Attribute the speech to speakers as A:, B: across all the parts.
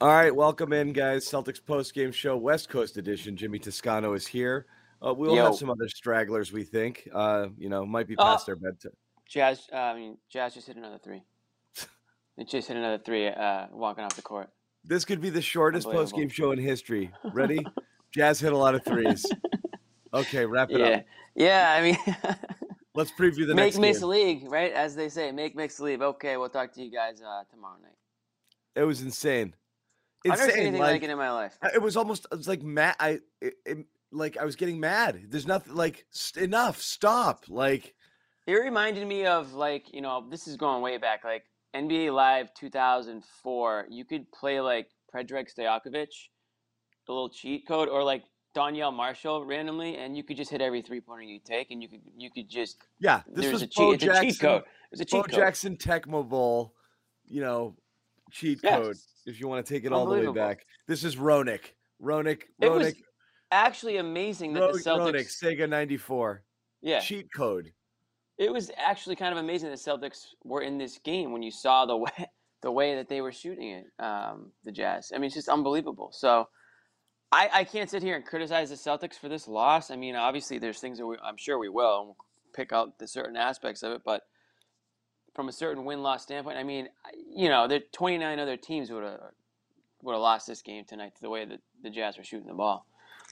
A: All right, welcome in, guys. Celtics postgame show, West Coast edition. Jimmy Toscano is here. Uh, we will
B: Yo. Oh.
A: have some other stragglers, we think. Uh, you know, might be past their bedtime.
B: Jazz, uh, I mean, Jazz just hit another three. They just hit another three uh, walking off the court.
A: This could be the shortest
B: Unbelievable.
A: postgame show in history. Ready? Jazz hit a lot of threes. Okay, wrap it
B: Yeah,
A: up.
B: yeah. I mean,
A: Let's preview the
B: make
A: next
B: mixed
A: game.
B: league, right? As they say, make mixed league. Okay, we'll talk to you guys uh, tomorrow night.
A: It was insane.
B: I've never seen
A: Insane.
B: anything
A: Like,
B: like it in my life.
A: I- it was almost it was like mad. I it, it- like I was getting mad. There's nothing like st- enough. Stop. Like
B: It reminded me of like you know this is going way back like NBA Live 2004. You could play like Predrag Stojakovic, a little cheat code, or like Danielle Marshall randomly, and you could just hit every three pointer you take, and you could you could just
A: yeah, this
B: there's
A: was
B: a
A: Bo
B: cheat. It's a cheat
A: Jackson-
B: code. It's a
A: Bo
B: cheat code.
A: Jackson Tecmo Bowl, you know, cheat
B: Yeah.
A: code if you want to take it all the way
B: Unbelievable.
A: back. This is Ronick. Ronick.
B: It was
A: Ronick.
B: Actually, amazing that
A: Ro-
B: the Celtics.
A: Ronick. Sega 94.
B: yeah,
A: Cheat code.
B: it was actually kind of amazing that the Celtics were in this game when you saw the way the way that they were shooting it. Um, the Jazz. I mean, it's just unbelievable. So. I, I can't sit here and criticize the Celtics for this loss. I mean, obviously, there's things that we, I'm sure we will, and we'll pick out the certain aspects of it. But from a certain win-loss standpoint, I mean, I- you know, there 29 other teams would have would have lost this game tonight to the way that the Jazz were shooting the ball.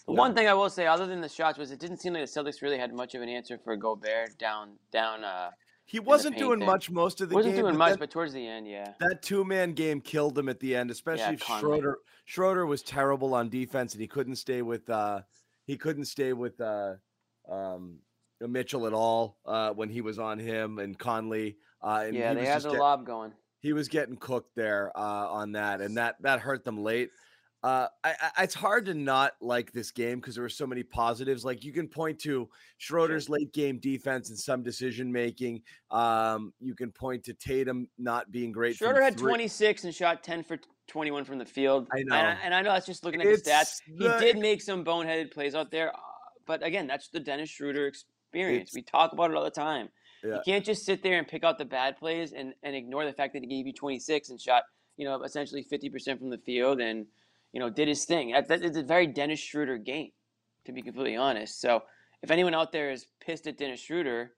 B: The one thing I will say, other than the shots, was it didn't seem like the Celtics really had much of an answer for Gobert down down. Uh,
A: He wasn't
B: paint
A: doing
B: there.
A: much most of the
B: wasn't
A: game.
B: doing
A: but
B: much,
A: that-
B: but towards the end, yeah.
A: That two man game killed him at the end, especially if
B: Conley.
A: Schroeder. Schroeder was terrible on defense, and he couldn't stay with uh, he couldn't stay with uh, um, Mitchell at all uh, when he was on him and Conley. Uh, and
B: yeah,
A: he
B: they
A: was
B: had
A: just
B: the
A: get-
B: lob going.
A: he was getting cooked there uh, on that, and that that hurt them late. Uh, I, I, it's hard to not like this game because there were so many positives. Like you can point to Schroeder's late game defense and some decision making. Um, you can point to Tatum not being great. from
B: Schroeder had
A: three.
B: 26 and shot 10 for 21 from the field.
A: I
B: And
A: know.
B: I, and I know that's just looking at the stats.
A: It's
B: He
A: the-
B: did make some boneheaded plays out there, uh, but again, that's the Dennis Schroeder experience.
A: It's-
B: We talk about it all the time.
A: Yeah.
B: You can't just sit there and pick out the bad plays and, and ignore the fact that he gave you 26 and shot, you know, essentially 50% from the field and, you know, did his thing. That, that is a very Dennis Schroeder game, to be completely honest. So if anyone out there is pissed at Dennis Schroeder,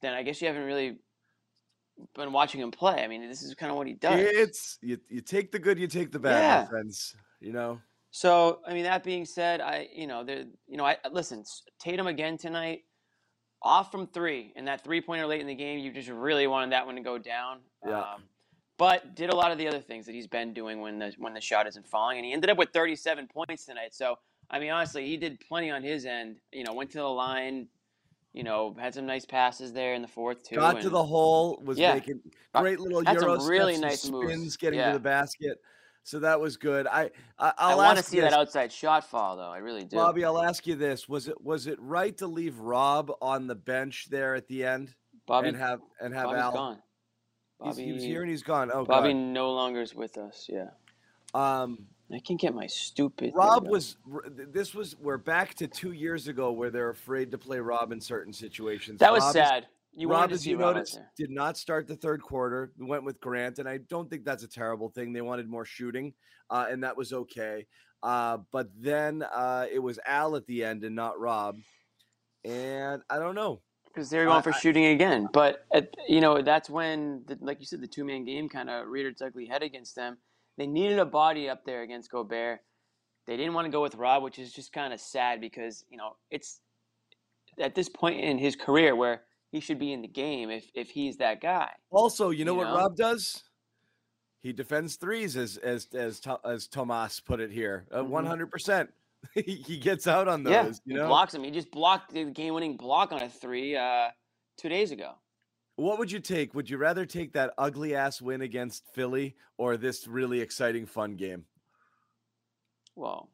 B: then I guess you haven't really been watching him play. I mean, this is kind of what he does.
A: It's you, you take the good, you take the bad, my
B: Yeah.
A: friends. You know,
B: So, I mean, that being said, I, you know, there, you know, I listen. s- Tatum again tonight, off from three, and that three-pointer late in the game, you just really wanted that one to go down.
A: Yeah.
B: Um, but did a lot of the other things that he's been doing when the when the shot isn't falling, and he ended up with 37 points tonight. So, I mean, honestly, he did plenty on his end. You know, went to the line. You know, had some nice passes there in the fourth too.
A: got to
B: and-
A: the hole, was
B: Yeah.
A: making
B: Uh,
A: great little
B: had some
A: euro
B: really
A: steps and
B: nice moves.
A: spins, getting
B: Yeah.
A: to the basket. So that was good. I, I
B: I
A: I'll
B: want to
A: ask
B: see
A: this,
B: that outside shot fall though. I really do.
A: Bobby. I'll ask you this: was it was it right to leave Rob on the bench there at the end
B: Bobby,
A: and have and have
B: Bobby's
A: Al?
B: gone.
A: He's- he was
B: Bobby-
A: here and he's gone. Oh,
B: Bobby no longer is with us. Yeah.
A: God. Um,
B: I can get my stupid. thing
A: Rob
B: done.
A: was. r- th- This was. We're back to two years ago where they're afraid to play Rob in certain situations.
B: That was
A: Rob is-
B: sad. You
A: Rob,
B: wanted to
A: as
B: see
A: you
B: Rob out
A: noticed,
B: there.
A: did not start the third quarter. Went with Grant, and I don't think that's a terrible thing. They wanted more shooting, uh, and that was okay. Uh, but then uh, it was Al at the end and not Rob, and I don't know.
B: because they're going for shooting again. But at, you know that's when, the, like you said, the two man game kind of reared its ugly head against them. They needed a body up there against Gobert. They didn't want to go with Rob, which is just kind of sad because you know it's at this point in his career where he should be in the game if if he's that guy.
A: Also, you know
B: You
A: what
B: know?
A: Rob does? He defends threes, as as as To- as Tomas put it here, uh,
B: Mhm.
A: one hundred percent. He gets out on those.
B: yeah,
A: you
B: he
A: know,
B: blocks him. He just blocked the game winning block on a three uh, two days ago.
A: what would you take? Would you rather take that ugly ass win against Philly or this really exciting fun game?
B: Well,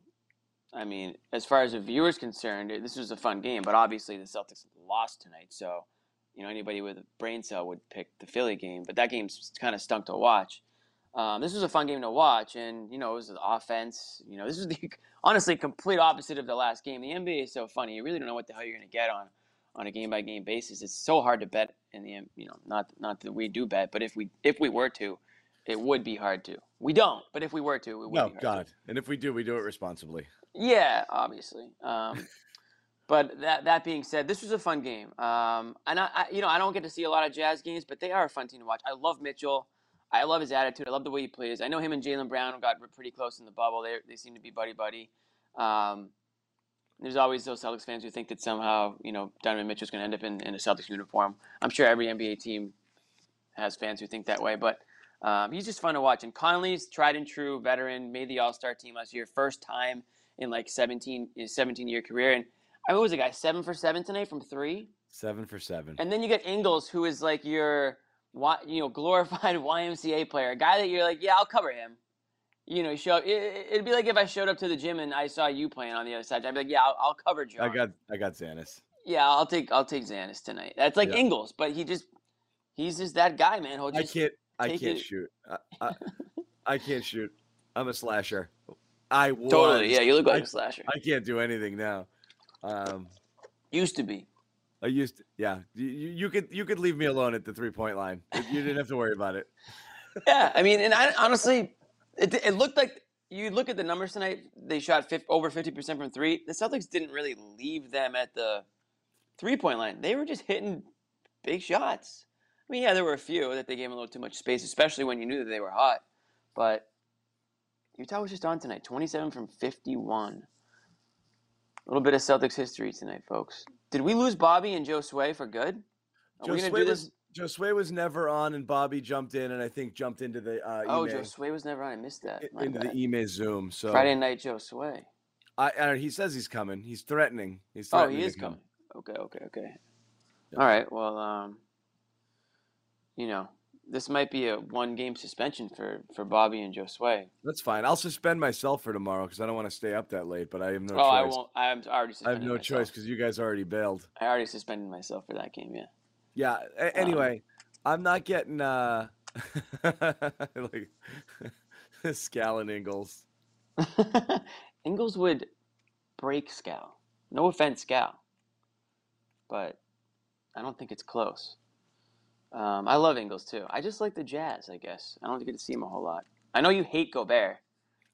B: I mean, as far as a viewer's concerned, it- this was a fun game, but obviously the Celtics lost tonight, so you know anybody with a brain cell would pick the Philly game. But that game's kind of stunk to watch. Um, this was a fun game to watch, and you know it was the offense. You know this is the honestly complete opposite of the last game. The NBA is so funny; you really don't know what the hell you're going to get on on a game by game basis. It's so hard to bet in the M- you know not not that we do bet, but if we if we were to, it would be hard to. We don't, but if we were to, it would.
A: No,
B: be hard To.
A: Oh, God. And if we do, we do it responsibly.
B: Yeah, obviously. Um, but that that being said, this was a fun game. Um, and I, I, you know, I don't get to see a lot of Jazz games, but they are a fun team to watch. I love Mitchell. I love his attitude. I love the way he plays. I know him and Jalen Brown got re- pretty close in the bubble. They they seem to be buddy buddy. Um, there's always those Celtics fans who think that somehow you know Donovan Mitchell's going to end up in, in a Celtics uniform. I'm sure every NBA team has fans who think that way, but um, he's just fun to watch. And Conley's tried and true veteran, made the All Star team last year, first time in like 17 his 17 year career. And I mean, what was a guy seven for seven tonight from three.
A: Seven for seven.
B: And then you get Ingles, who is like your Y- you know glorified YMCA player, a guy that you're like, yeah, I'll cover him. You know, show it, it- it'd be like if I showed up to the gym and I saw you playing on the other side. I'd be like, yeah, I'll, I'll cover John.
A: I got I got Xanis.
B: yeah, I'll take I'll take Xanis tonight. That's like
A: Yeah.
B: Ingles, but he just he's just that guy, man. He'll
A: I
B: just
A: can't I
B: take
A: can't
B: it-
A: shoot. I, I, I can't shoot. I'm a slasher. I was.
B: totally. Yeah, you look like
A: I-
B: a slasher.
A: I can't do anything now. Um,
B: Used to be.
A: I used to- yeah. You, you you could you could leave me alone at the three point line. You didn't have to worry about it.
B: Yeah, I mean, and I honestly, it, it looked like you look at the numbers tonight. They shot 50, over fifty percent from three. The Celtics didn't really leave them at the three point line. They were just hitting big shots. I mean, yeah, there were a few that they gave them a little too much space, especially when you knew that they were hot. But Utah was just on tonight, twenty seven from fifty one. A little bit of Celtics history tonight, folks. Did we lose Bobby and Joe Sway for good? Are we
A: Josue
B: going to do this?
A: was Josue was never on, and Bobby jumped in, and I think jumped into the uh,
B: Oh,
A: Ime-
B: Joe Sway was never on. I missed that.
A: i-
B: My
A: into
B: bad.
A: the E, uh, Ime Zoom. So
B: Friday night Joe Sway.
A: I, I, he says he's coming. He's threatening. He's
B: Oh,
A: threatening
B: he
A: to
B: is
A: come.
B: coming. Okay, okay, okay. All right. Well, um, you know, this might be a one-game suspension for for Bobby and Joe Sway.
A: That's fine. I'll suspend myself for tomorrow because I don't want to stay up that late. But I have no
B: oh,
A: choice.
B: I won't. I'm already.
A: I have
B: suspended
A: no choice
B: myself.
A: because you guys already bailed.
B: I already suspended myself for that game. Yeah.
A: Yeah.
B: Oh,
A: a- anyway, I'm not getting uh like Scallon Ingles.
B: Ingles would break Scal. No offense, Scal. But I don't think it's close. Um, I love Ingles too. I just like the Jazz, I guess. I don't get to see him a whole lot. I know you hate Gobert.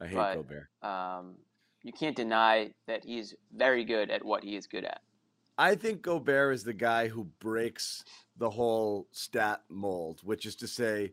A: I hate
B: But-
A: Gobert.
B: Um, you can't deny that he's very good at what he is good at.
A: I think Gobert is the guy who breaks the whole stat mold, which is to say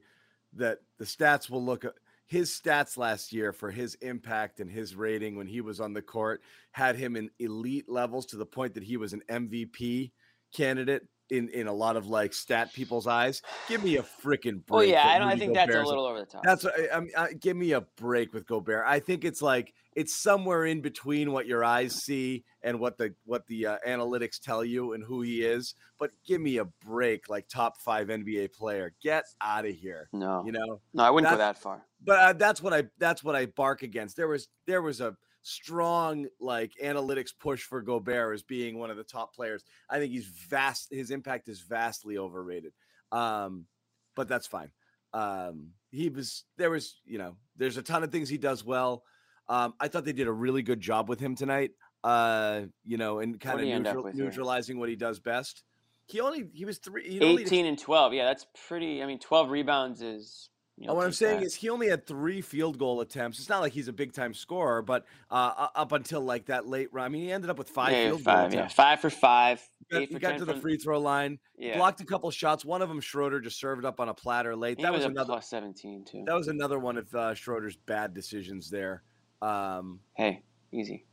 A: that the stats will look his stats last year for his impact and his rating when he was on the court had him in elite levels to the point that he was an MVP candidate in in a lot of like stat people's eyes. Give me a freaking break.
B: Oh yeah,
A: that
B: I don't. I
A: Rudy
B: think that's a
A: Gobert's
B: little over the top.
A: That's what I, I, mean, I, give me a break with Gobert. I think it's like it's somewhere in between what your eyes see and what the what the uh, analytics tell you and who he is. But give me a break, like top five NBA player. Get out of here,
B: no,
A: you know.
B: no, I wouldn't go
A: that's-
B: that far.
A: But uh, that's what I that's what I bark against. There was there was a strong like analytics push for Gobert as being one of the top players. I think he's vast. His impact is vastly overrated. Um, but that's fine. Um, he was there was you know there's a ton of things he does well. Um, I thought they did a really good job with him tonight. Uh, you know, and kind of
B: do you end up
A: neutral,
B: with here?
A: neutralizing what he does best. He only he was three. He only
B: Eighteen and twelve. Yeah, that's pretty. I mean, twelve rebounds is. You know,
A: and what I'm
B: take
A: saying
B: that.
A: is he only had three field goal attempts. It's not like he's a big time scorer, but uh, u- up until like that late run, I mean, he ended up with five
B: yeah,
A: field goal
B: five. Yeah,
A: attempts.
B: five for five. eight
A: he
B: for
A: got
B: 10
A: to the
B: from-
A: free throw line,
B: yeah.
A: blocked a couple shots. One of them Schroeder just served up on a platter late.
B: He
A: That
B: was,
A: was
B: a
A: another
B: plus 17 too.
A: that was another one of uh, Schroeder's bad decisions there. Um,
B: hey, easy.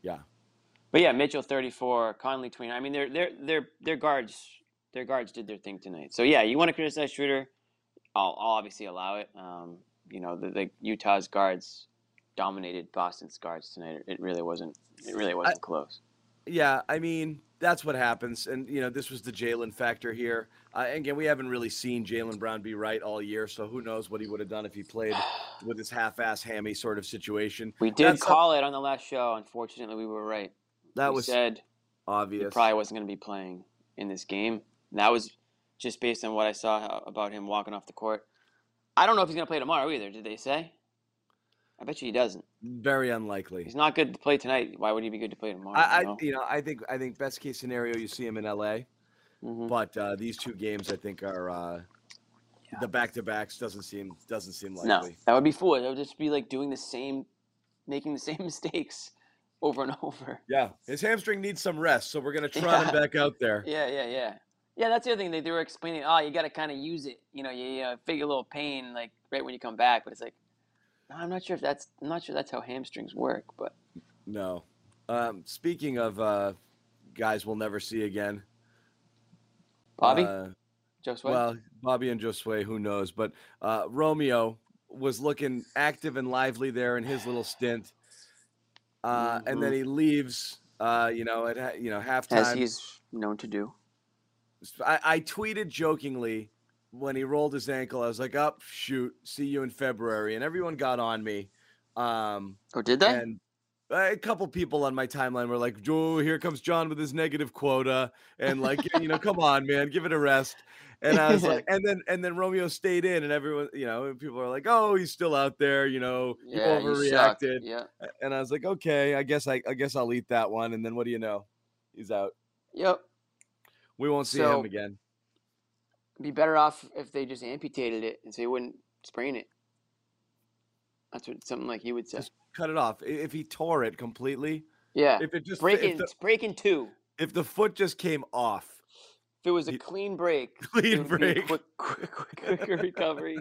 A: yeah.
B: But yeah, Mitchell 34, Conley 29. I mean, their their their their guards their guards did their thing tonight. So yeah, you want to criticize Schroeder, I'll, I'll obviously allow it. Um, you know, the, the Utah's guards dominated Boston's guards tonight. It really wasn't it really wasn't close.
A: Yeah, I mean that's what happens, and you know this was the Jalen factor here. Uh, and again, we haven't really seen Jalen Brown be right all year, so who knows what he would have done if he played with this half-ass hammy sort of situation.
B: We did
A: That's-
B: call it on the last show. Unfortunately, we were right.
A: that
B: we
A: was
B: said he
A: obvious.
B: probably wasn't going to be playing in this game. And that was just based on what I saw about him walking off the court. I don't know if he's going to play tomorrow either. Did they say? I bet you he doesn't.
A: Very unlikely.
B: He's not good to play tonight. Why would he be good to play tomorrow?
A: I,
B: you
A: I,
B: know?
A: you know, I think I think best case scenario you see him in L.A.,
B: Mhm.
A: but uh, these two games I think are uh, the back-to-backs doesn't seem doesn't seem likely.
B: No, that would be foolish. That would just be like doing the same, making the same mistakes over and over.
A: Yeah, his hamstring needs some rest, so we're gonna trot him
B: Yeah.
A: back out there.
B: Yeah, yeah, yeah. Yeah, that's the other thing. They, they were explaining, oh, you got to kind of use it. You know, you, you uh, feel a little pain like right when you come back. But it's like, no, I'm not sure if that's, I'm not sure that's how hamstrings work. But
A: No. Um, speaking of uh, guys we'll never see again,
B: Bobby,
A: Uh,
B: Joe Sweat.
A: well, Bobby and Josue, who knows? But uh, Romeo was looking active and lively there in his little stint, uh, and then he leaves. Uh, you know, at ha- you know
B: Mm-hmm. as
A: halftime.
B: he's known to do.
A: I, I tweeted jokingly when he rolled his ankle. I was like, "Up, shoot! See you in February," and everyone got on me. Um,
B: Oh, did they?
A: and uh, a couple people on my timeline were like, "Oh, here comes John with his negative quota," and like, you know, come on, man, give it a rest. And I was like, and then and then Romeo stayed in, and everyone, you know, people are like, "Oh, he's still out there," you know, you
B: yeah, you suck.
A: overreacted.
B: Yeah.
A: And I was like, "Okay, I guess I, I guess I'll eat that one." And then what do you know? He's out.
B: Yep.
A: We won't see
B: So-
A: him again.
B: be better off if they just amputated it and so he wouldn't sprain it. That's what something like you would say.
A: Cut it off. I- If he tore it completely,
B: Yeah,
A: if it just
B: break
A: if
B: in,
A: the,
B: break in two.
A: if the foot just came off,
B: If it was a
A: Ye-
B: clean break,
A: clean
B: it would be a
A: break.
B: quick, quick, quick, quicker recovery.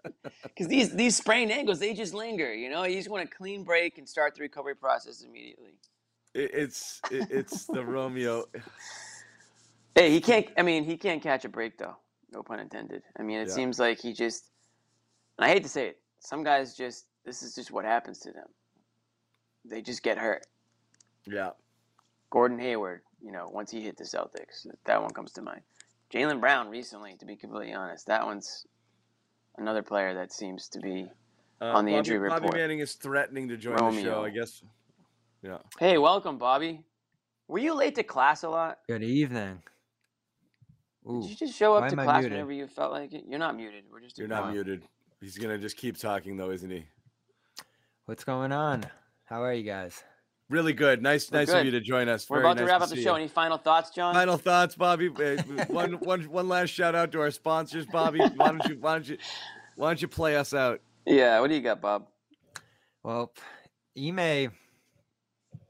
B: Because these these sprained ankles, they just linger. You know, you just want a clean break and start the recovery process immediately.
A: it, it's it, it's the Romeo.
B: Hey, he can't. I mean, he can't catch a break though. No pun intended. I mean, it
A: Yeah.
B: seems like he just. And I hate to say it. Some guys just. This is just what happens to them. They just get hurt.
A: Yeah.
B: Gordon Hayward, you know, once he hit the Celtics, that one comes to mind. Jalen Brown recently, to be completely honest, that one's another player that seems to be.
A: Uh,
B: on the
A: Bobby,
B: injury report.
A: Bobby Manning is threatening to join the show.
B: Romeo.
A: I guess. Yeah.
B: Hey, welcome, Bobby. Were you late to class a lot?
C: Good evening. Ooh,
B: Did you just show up
C: why
B: to
C: am I
B: class
C: muted?
B: whenever you felt like it? You're not muted. We're just
A: You're not
B: ignoring-
A: muted. He's gonna just keep talking though, isn't he?
C: what's going on? How are you guys?
A: Really good. Nice,
B: We're
A: nice of you to join us.
B: We're
A: Very
B: about to
A: nice
B: wrap up the
A: see
B: show.
A: you.
B: Any final thoughts, John?
A: Final thoughts, Bobby. Uh, one, one, one last shout out to our sponsors, Bobby. Why don't you, why don't you, why don't you play us out?
B: Yeah. What do you got, Bob?
C: Well, Ime,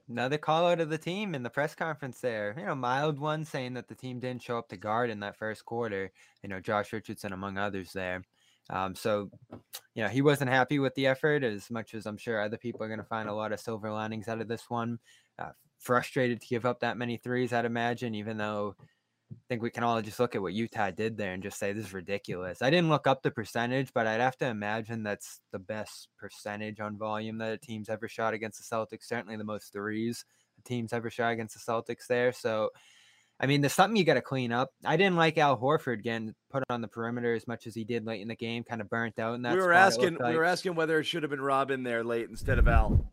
C: another call out of the team in the press conference there. You know, mild one saying that the team didn't show up to guard in that first quarter. You know, Josh Richardson among others there. Um, so, you know, he wasn't happy with the effort as much as I'm sure other people are going to find a lot of silver linings out of this one. Uh, frustrated to give up that many threes, I'd imagine, even though I think we can all just look at what Utah did there and just say this is ridiculous. I didn't look up the percentage, but I'd have to imagine that's the best percentage on volume that a team's ever shot against the Celtics. Certainly the most threes a team's ever shot against the Celtics there. So, I mean, there's something you got to clean up. I didn't like Al Horford getting put on the perimeter as much as he did late in the game, kind of burnt out. And that
A: we
C: spot,
A: were
C: it
A: asking,
C: looked like.
A: we were asking whether it should have been Rob in there late instead of Al.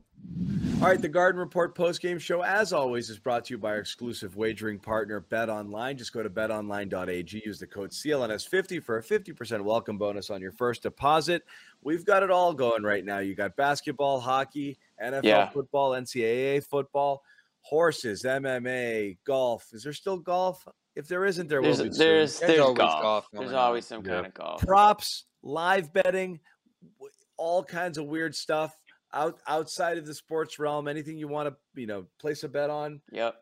A: All right, the Garden Report postgame show, as always, is brought to you by our exclusive wagering partner, BetOnline. Just go to betonline.ag, use the code CLNS50 for a 50% welcome bonus on your first deposit. We've got it all going right now. You got basketball, hockey, NFL
B: Yeah.
A: football, NCAA football, horses, MMA, golf. Is there still golf? If there isn't, there
B: There's
A: will be. soon.
B: there's
A: Get
B: there's
A: your
B: golf.
C: always golf
B: there's
C: going
B: always
C: on.
B: some
D: Yeah.
B: kind of golf.
A: props, live betting, w- all kinds of weird stuff out outside of the sports realm. Anything you want to, you know, place a bet on,
B: Yep.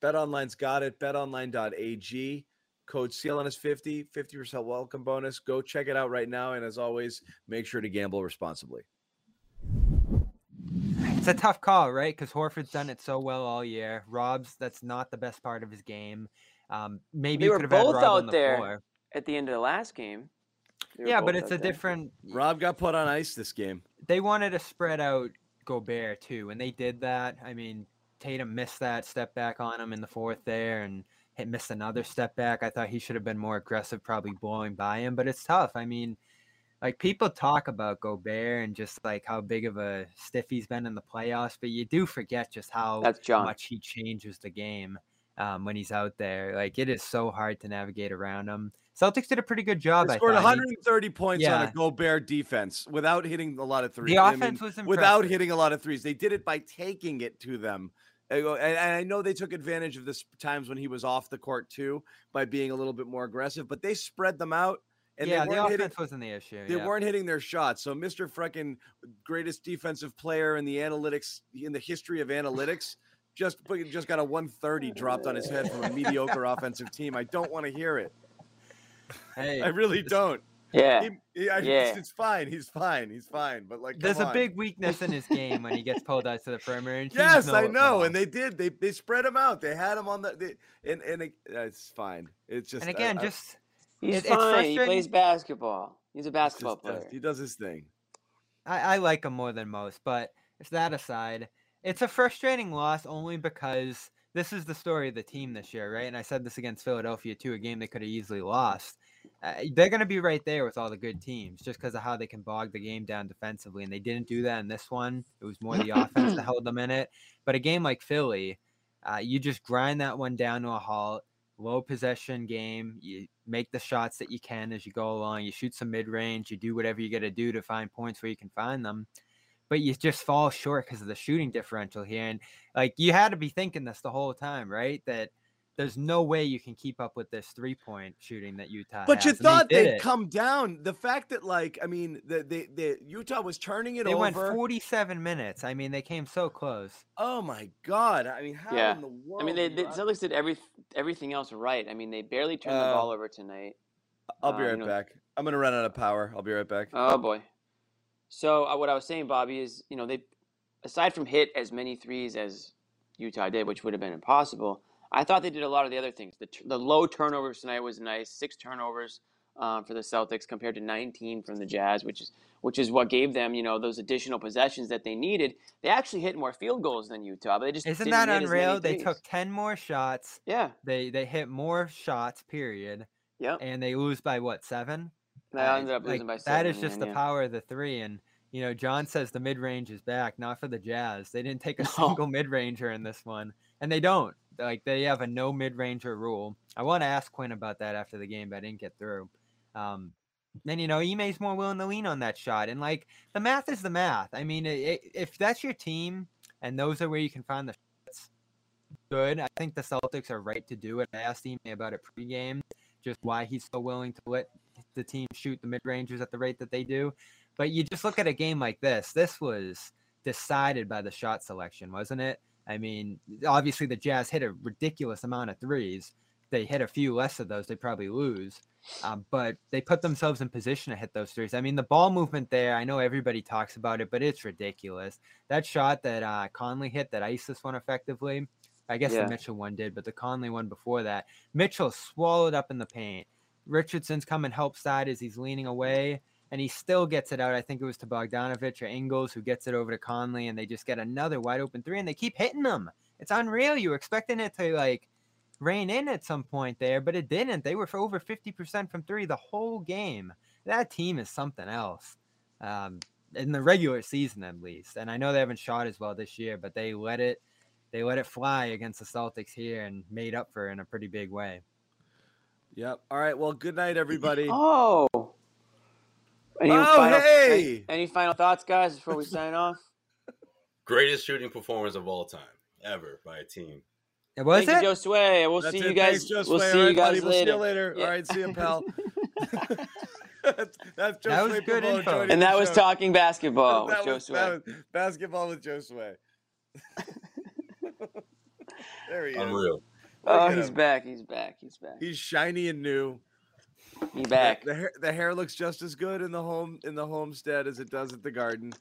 A: BetOnline's got it. BetOnline.ag. Code CLNS50, 50% welcome bonus. Go check it out right now. And as always, make sure to gamble responsibly.
C: It's a tough call, right? Because Horford's done it so well all year. Rob's that's not the best part of his game. Um, maybe
B: They
C: you
B: were
C: could have had
B: both
C: Rob on
B: out
C: the
B: there.
C: floor.
B: At the end of the last game. they were
C: Yeah, but
B: both
C: it's
B: out
C: a
B: there.
C: different.
A: Rob got put on ice this game.
C: They wanted to spread out Gobert too, and they did that. I mean, Tatum missed that step back on him in the fourth there, and hit missed another step back. I thought he should have been more aggressive, probably blowing by him. But it's tough. I mean, like people talk about Gobert and just like how big of a stiff he's been in the playoffs, but you do forget just how
B: That's John.
C: much he changes the game um, when he's out there. Like it is so hard to navigate around him. Celtics did a pretty good job.
A: They
C: I
A: scored
C: thought. and
A: 130 points on a
C: Yeah.
A: Gobert defense without hitting a lot of threes.
C: The
A: I
C: offense was
A: without
C: impressive.
A: hitting a lot of threes. They did it by taking it to them. I go- And and I know they took advantage of this times when he was off the court too by being a little bit more aggressive, but they spread them out and
C: yeah,
A: they
C: the
A: weren't
C: offense
A: hitting.
C: wasn't the issue.
A: They
C: yeah.
A: weren't hitting their shots. So Mr. Freaking greatest defensive player in the analytics in the history of analytics just put- just got a 130 dropped on his head from a mediocre offensive team. I don't want to hear it.
C: Hey,
A: I really don't.
B: Yeah.
A: He, he, I, it's,
B: Yeah.
A: it's fine. He's fine. He's fine. But like, come
C: there's a
A: on.
C: big weakness in his game when he gets pulled out to the perimeter. And teams
A: Yes, I
C: it
A: know,
C: well.
A: and they did. They they spread him out. They had him on the. They, and and it, uh, it's fine. It's just
C: and again,
A: I- I-
C: just
B: He's
C: It- it's
B: fine. He plays
C: frustrating-
B: basketball. He's a
A: it's
B: basketball
A: just, uh,
B: player.
A: he does his thing.
C: I, I like him more than most, but if that aside, it's a frustrating loss only because this is the story of the team this year, right? And I said this against Philadelphia too, a game they could have easily lost. Uh, they're going to be right there with all the good teams just because of how they can bog the game down defensively. And they didn't do that in this one. It was more the offense that held them in it. But a game like Philly, uh, you just grind that one down to a halt low possession game. You make the shots that you can as you go along. You shoot some mid range. You do whatever you got to do to find points where you can find them. But you just fall short because of the shooting differential here. And like you had to be thinking this the whole time, right? That there's no way you can keep up with this three point shooting that Utah.
A: But you
C: has, and they
A: thought
C: did
A: they would
C: it.
A: come down. The fact that like, I mean, the the, the Utah was turning it
C: They
A: over.
C: went 47 minutes. I mean, they came so close.
A: oh my god! I mean, how
B: Yeah.
A: in the world?
B: I mean, they,
A: are
B: they
A: you out-
B: Celtics did every everything else right. I mean, they barely turned
A: Uh,
B: the ball over tonight.
A: I'll be
B: uh,
A: right
B: you know-
A: back. I'm gonna run out of power. I'll be right back.
B: Oh boy. So uh, what I was saying, Bobby, is you know they, aside from hit as many threes as Utah did, which would have been impossible. I thought they did a lot of the other things. The, tu- the low turnovers tonight was nice. Six turnovers um, for the Celtics compared to 19 from the Jazz, which is which is what gave them you know those additional possessions that they needed. They actually hit more field goals than Utah, but they just
C: Isn't
B: didn't
C: that
B: hit as many
C: unreal? They
B: threes.
C: took 10 more shots.
B: yeah,
C: They they hit more shots, period.
B: yeah.
C: And they lose by what, seven?
B: They
C: Uh,
B: ended up
C: like,
B: losing by seven.
C: That is
B: in
C: just
B: end,
C: the
B: yeah.
C: power of the three. And you know, John says the mid range is back, not for the Jazz. They didn't take a
B: No.
C: single mid ranger in this one, and they don't. Like they have a no mid ranger rule. I want to ask Quinn about that after the game, but I didn't get through. Um, and you know, Ime's more willing to lean on that shot, and like the math is the math. I mean, i i if that's your team and those are where you can find the shots, good. I think the Celtics are right to do it. I asked Ime about it pregame, just why he's so willing to let the team shoot the mid rangers at the rate that they do. But you just look at a game like this. This was decided by the shot selection, wasn't it? I mean, obviously the Jazz hit a ridiculous amount of threes. They hit a few less of those, they probably lose. Um, but they put themselves in position to hit those threes. I mean, the ball movement there. I know everybody talks about it, but it's ridiculous. That shot that uh, Conley hit, that ISIS one effectively. I guess
B: Yeah.
C: the Mitchell one did, but the Conley one before that. Mitchell swallowed up in the paint. Richardson's coming help side as he's leaning away, and he still gets it out. I think it was to Bogdanovich or Ingles who gets it over to Conley, and they just get another wide open three, and they keep hitting them. It's unreal. You were expecting it to like rain in at some point there, but it didn't. They were for over fifty percent from three the whole game. That team is something else. Um, in the regular season at least. And I know they haven't shot as well this year, but they let it they let it fly against the Celtics here and made up for it in a pretty big way.
A: Yep. All right. Well, good night, everybody.
B: Oh. Any
A: Oh,
B: final, any-
A: hey!
B: any final thoughts, guys, before we sign off?
E: Greatest shooting performance of all time ever by a team.
C: It was
B: Thank you,
C: it?
B: Joe Sway. We'll
A: That's
B: see
A: it.
B: you guys.
A: Thanks, Joe
B: we'll
A: Sway.
B: see
A: All
B: you
A: right, buddy.
B: guys
A: We'll see you later.
B: Yeah.
A: All right, see you, pal. that's, that's Joe
C: That was
A: Sway
C: good
A: Pavone
C: info.
A: joining
B: And
A: the
B: that was
A: show.
B: talking basketball with
A: That
B: Joe
A: was- that
B: Sway.
A: was basketball with Joe Sway. there he is.
E: Unreal.
B: Oh,
E: Look at
B: he's
E: him.
B: back. He's back. He's back.
A: He's shiny and new.
B: He's
A: The-
B: back.
A: The hair, the hair looks just as good in the home in the homestead as it does at the garden.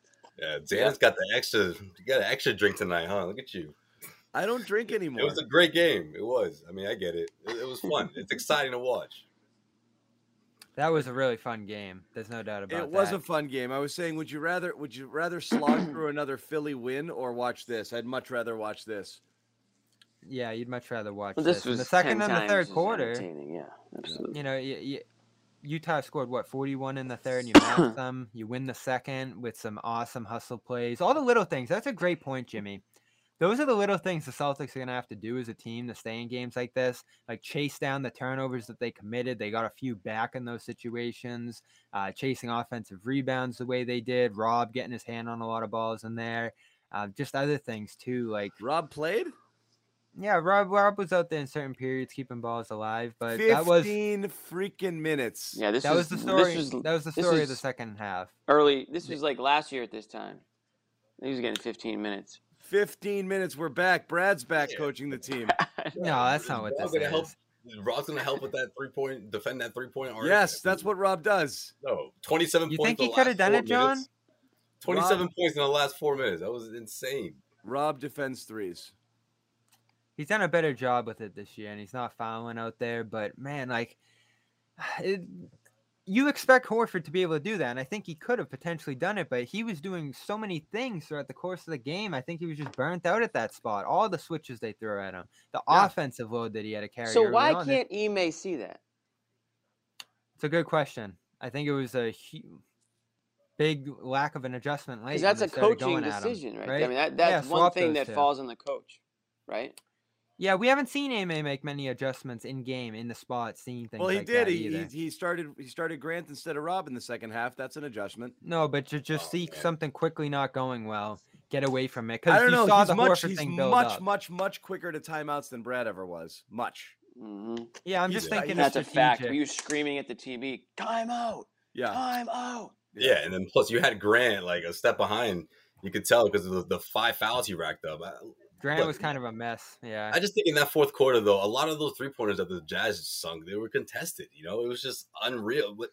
E: Yeah, Dan's got the extra. You got an extra drink tonight, huh? Look at you.
A: I don't drink anymore.
E: It was a great game. It was. I mean, I get it. It, it was fun. it's exciting to watch.
C: That was a really fun game. There's no doubt about
A: It was
C: that.
A: a fun game. I was saying, would you rather would you rather slog through another Philly win or watch this? I'd much rather watch this.
C: yeah, you'd much rather watch
B: Well,
C: this.
B: this
C: And
B: was
C: the second
B: 10
C: and the
B: times
C: third
B: as
C: quarter.
B: entertaining, Yeah, absolutely.
C: You know, y y Utah scored what 41 in the third. You match them. You win the second with some awesome hustle plays. All the little things. That's a great point, Jimmy. Those are the little things the Celtics are going to have to do as a team to stay in games like this, like chase down the turnovers that they committed. They got a few back in those situations, uh, chasing offensive rebounds the way they did. Rob getting his hand on a lot of balls in there. Uh, just other things too, like
A: Rob played
C: yeah, Rob Rob was out there in certain periods keeping balls alive, but that was
A: fifteen freaking minutes.
B: Yeah, this
C: that was the
B: was,
C: story.
B: This was
C: that was the
B: this
C: story of the
B: was-
C: second half.
B: early. This was like last year at this time. He was getting 15 minutes.
A: Fifteen minutes. We're back. Brad's back
E: Yeah.
A: coaching the team.
C: No, that's not what
E: Rob's
C: this
E: gonna
C: is.
E: help. Rob's gonna help with that three point. Defend that three point. arc.
A: yes, that's what Rob does.
E: No, twenty seven.
C: You think
E: points the
C: he coulda
E: last
C: done
E: four
C: it, John?
E: minutes. Twenty seven points in the last four minutes. That was insane.
A: Rob defends threes.
C: He's done a better job with it this year, and he's not fouling out there. But man, like, it, you expect Horford to be able to do that, and I think he could have potentially done it. But he was doing so many things throughout the course of the game. I think he was just burnt out at that spot. All the switches they threw at him, the
A: Yeah.
C: offensive load that he had to carry.
B: So
C: early
B: why
C: on,
B: can't Ime see that?
C: It's a good question. I think it was a hu- big lack of an adjustment late.
B: Because
C: when
B: that's
C: they
B: a
C: started
B: coaching
C: going at 'em,
B: decision, right? there. I mean, that, that's
C: Yeah,
B: one
C: swap
B: thing
C: those
B: that
C: two.
B: falls on the coach, right?
C: Yeah, we haven't seen Ame make many adjustments in game, in the spot, seeing things.
A: Well, he
C: like
A: did.
C: that
A: He, he
C: either.
A: he started he started Grant instead of Rob in the second half. That's an adjustment.
C: No, but to just
E: Oh,
C: see
E: man.
C: something quickly not going well, get away from it.
A: I
C: Because
A: don't
C: you
A: know.
C: saw
A: He's
C: the
A: much
C: Horford
A: he's
C: thing build
A: much
C: up.
A: much much quicker to timeouts than Brad ever was. Much.
B: hmm
C: yeah, I'm
E: he's-
C: just
E: I-
C: thinking of
B: That's a fact.
C: strategic.
B: You screaming at the TV, time out,
A: Yeah.
B: time out.
E: Yeah, and then plus you had Grant like a step behind. You could tell because of the, the five fouls he racked up. I,
C: Grant
E: look,
C: was kind of a mess. Yeah.
E: I just think in that fourth quarter, though, a lot of those three pointers that the Jazz sunk, they were contested. You know, it was just unreal. But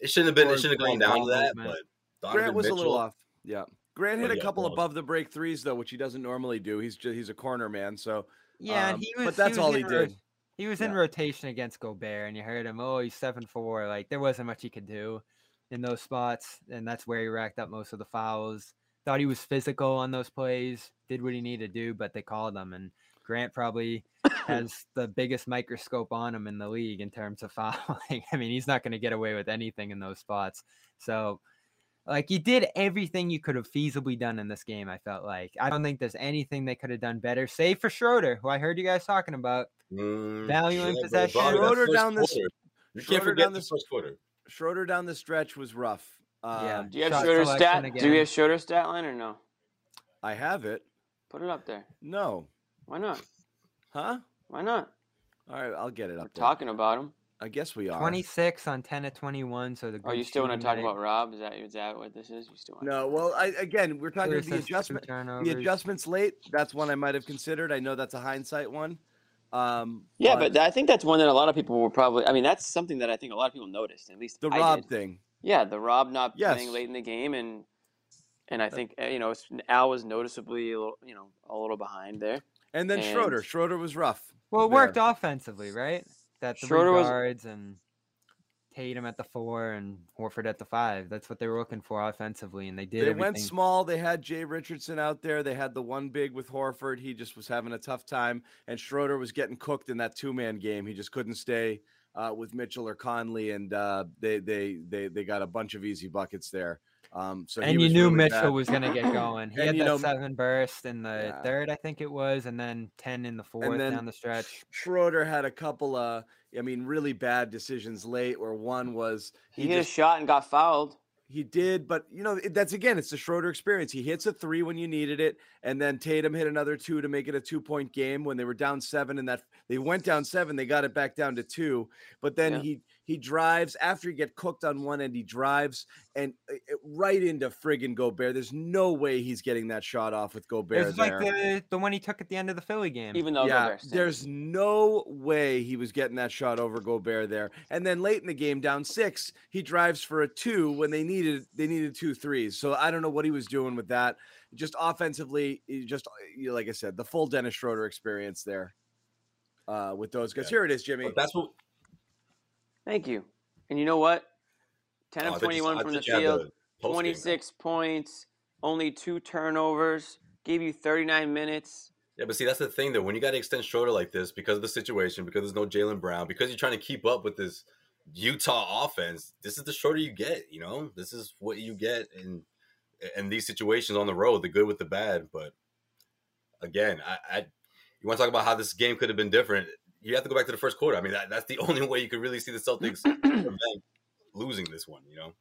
E: It shouldn't have been.
C: Or
E: It shouldn't have gone
C: great
E: down
C: ball
E: to that. But
C: movement.
E: Donovan
A: Grant was a little
E: Mitchell-
A: off. Yeah. Grant hit
E: Oh,
A: a
E: yeah,
A: couple
E: well.
A: above the break threes though, which he doesn't normally do. He's just he's a corner man. So
C: yeah,
A: um,
C: and he was.
A: but that's
C: was
A: all he
C: in ro-
A: did.
C: He was in
A: Yeah.
C: rotation against Gobert, and you heard him. Oh, he's seven four. Like there wasn't much he could do in those spots, and that's where he racked up most of the fouls. Thought he was physical on those plays, did what he needed to do, but they called him. And Grant probably has the biggest microscope on him in the league in terms of fouling. I mean, he's not going to get away with anything in those spots. So, like, you did everything you could have feasibly done in this game. I felt like I don't think there's anything they could have done better, save for Schroeder, who I heard you guys talking about.
E: Mm,
C: Value in
E: yeah, but
C: possession.
E: Bobby, that
A: Schroder
E: first
A: down this-
E: quarter, You can't
A: Schroder
E: forget
A: down
E: the
A: this-
E: first quarter.
A: Schroeder down the stretch was rough. Um,
C: Yeah.
B: Do you have
C: Shot
B: Schroeder's stat?
C: selection
B: Do we
C: again.
B: have Schroeder's stat line or no?
A: I have it.
B: Put it up there.
A: No.
B: Why not?
A: Huh?
B: Why not?
A: All right, I'll get it
B: We're
A: up. there.
B: talking about him.
A: I guess we are.
C: 26 on 10 to 21. So the
B: Oh, you still want to talk about Rob? Is that is that what this is? You still want
A: No, well, I, again, we're talking about the adjustment. The adjustments late. That's one I might have considered. I know that's a hindsight one. Um,
B: Yeah, but I think that's one that a lot of people were probably. I mean, that's something that I think a lot of people noticed. At least
A: the
B: I
A: Rob
B: did.
A: thing.
B: Yeah, the Rob not
A: Yes.
B: playing late in the game, and and I think uh, you know it's, Al was noticeably a little, you know a little behind there.
A: And then Schroeder.
B: And-
A: Schroeder was rough.
C: Well, it
A: there.
C: worked offensively, right? That three
B: Schroeder was-
C: guards and Tatum at the four and Horford at the five. That's what they were looking for offensively, and they did.
A: They went
C: everything.
A: small. They had Jay Richardson out there. They had the one big with Horford. He just was having a tough time. And Schroeder was getting cooked in that two man game. He just couldn't stay uh, with Mitchell or Conley, and uh, they they they they got a bunch of easy buckets there. Um, so he
C: and you
A: was
C: knew
A: really
C: Mitchell
A: bad.
C: was going to get going. He
A: And
C: had
A: you
C: that
A: know-
C: seven burst in the
A: Yeah.
C: third, I think it was, and then 10 in the fourth
A: then
C: down the stretch.
A: Schroeder had a couple of, I mean, really bad decisions late. Where one was
B: He, hit a shot and got fouled.
A: He did, but you know it- that's again, it's the Schroeder experience. He hits a three when you needed it, and then Tatum hit another two to make it a two-point game when they were down seven. And that they went down seven, they got it back down to two. But then
B: Yeah.
A: he He drives after you get cooked on one end. He drives and uh, uh, right into friggin' Gobert. There's no way he's getting that shot off with Gobert.
C: It's like
A: There.
C: the, the one he took at the end of the Philly game.
B: even though
A: yeah,
B: Gobert's standing.
A: there's no way he was getting that shot over Gobert there. And then late in the game, down six, he drives for a two when they needed they needed two threes. So I don't know what he was doing with that. Just offensively, he just you know, like I said, the full Dennis Schroeder experience there uh, with those guys.
E: Yeah.
A: Here it is, Jimmy.
E: But that's what.
B: Thank you. And you know what? 10
E: oh, I
B: of
E: thought you-
B: 21
E: I
B: from the
E: thought you had
B: field,
E: postgame.
B: 26 points, only two turnovers, gave you 39 minutes.
E: Yeah, but see, that's the thing though. When you got to extend Schroeder like this because of the situation, because there's no Jalen Brown, because you're trying to keep up with this Utah offense, this is the shorter you get. You know, this is what you get in in these situations on the road, the good with the bad. But again, I, I you want to talk about how this game could have been different? You have to go back to the first quarter. I mean, that, that's the only way you could really see the Celtics prevent losing this one. You know,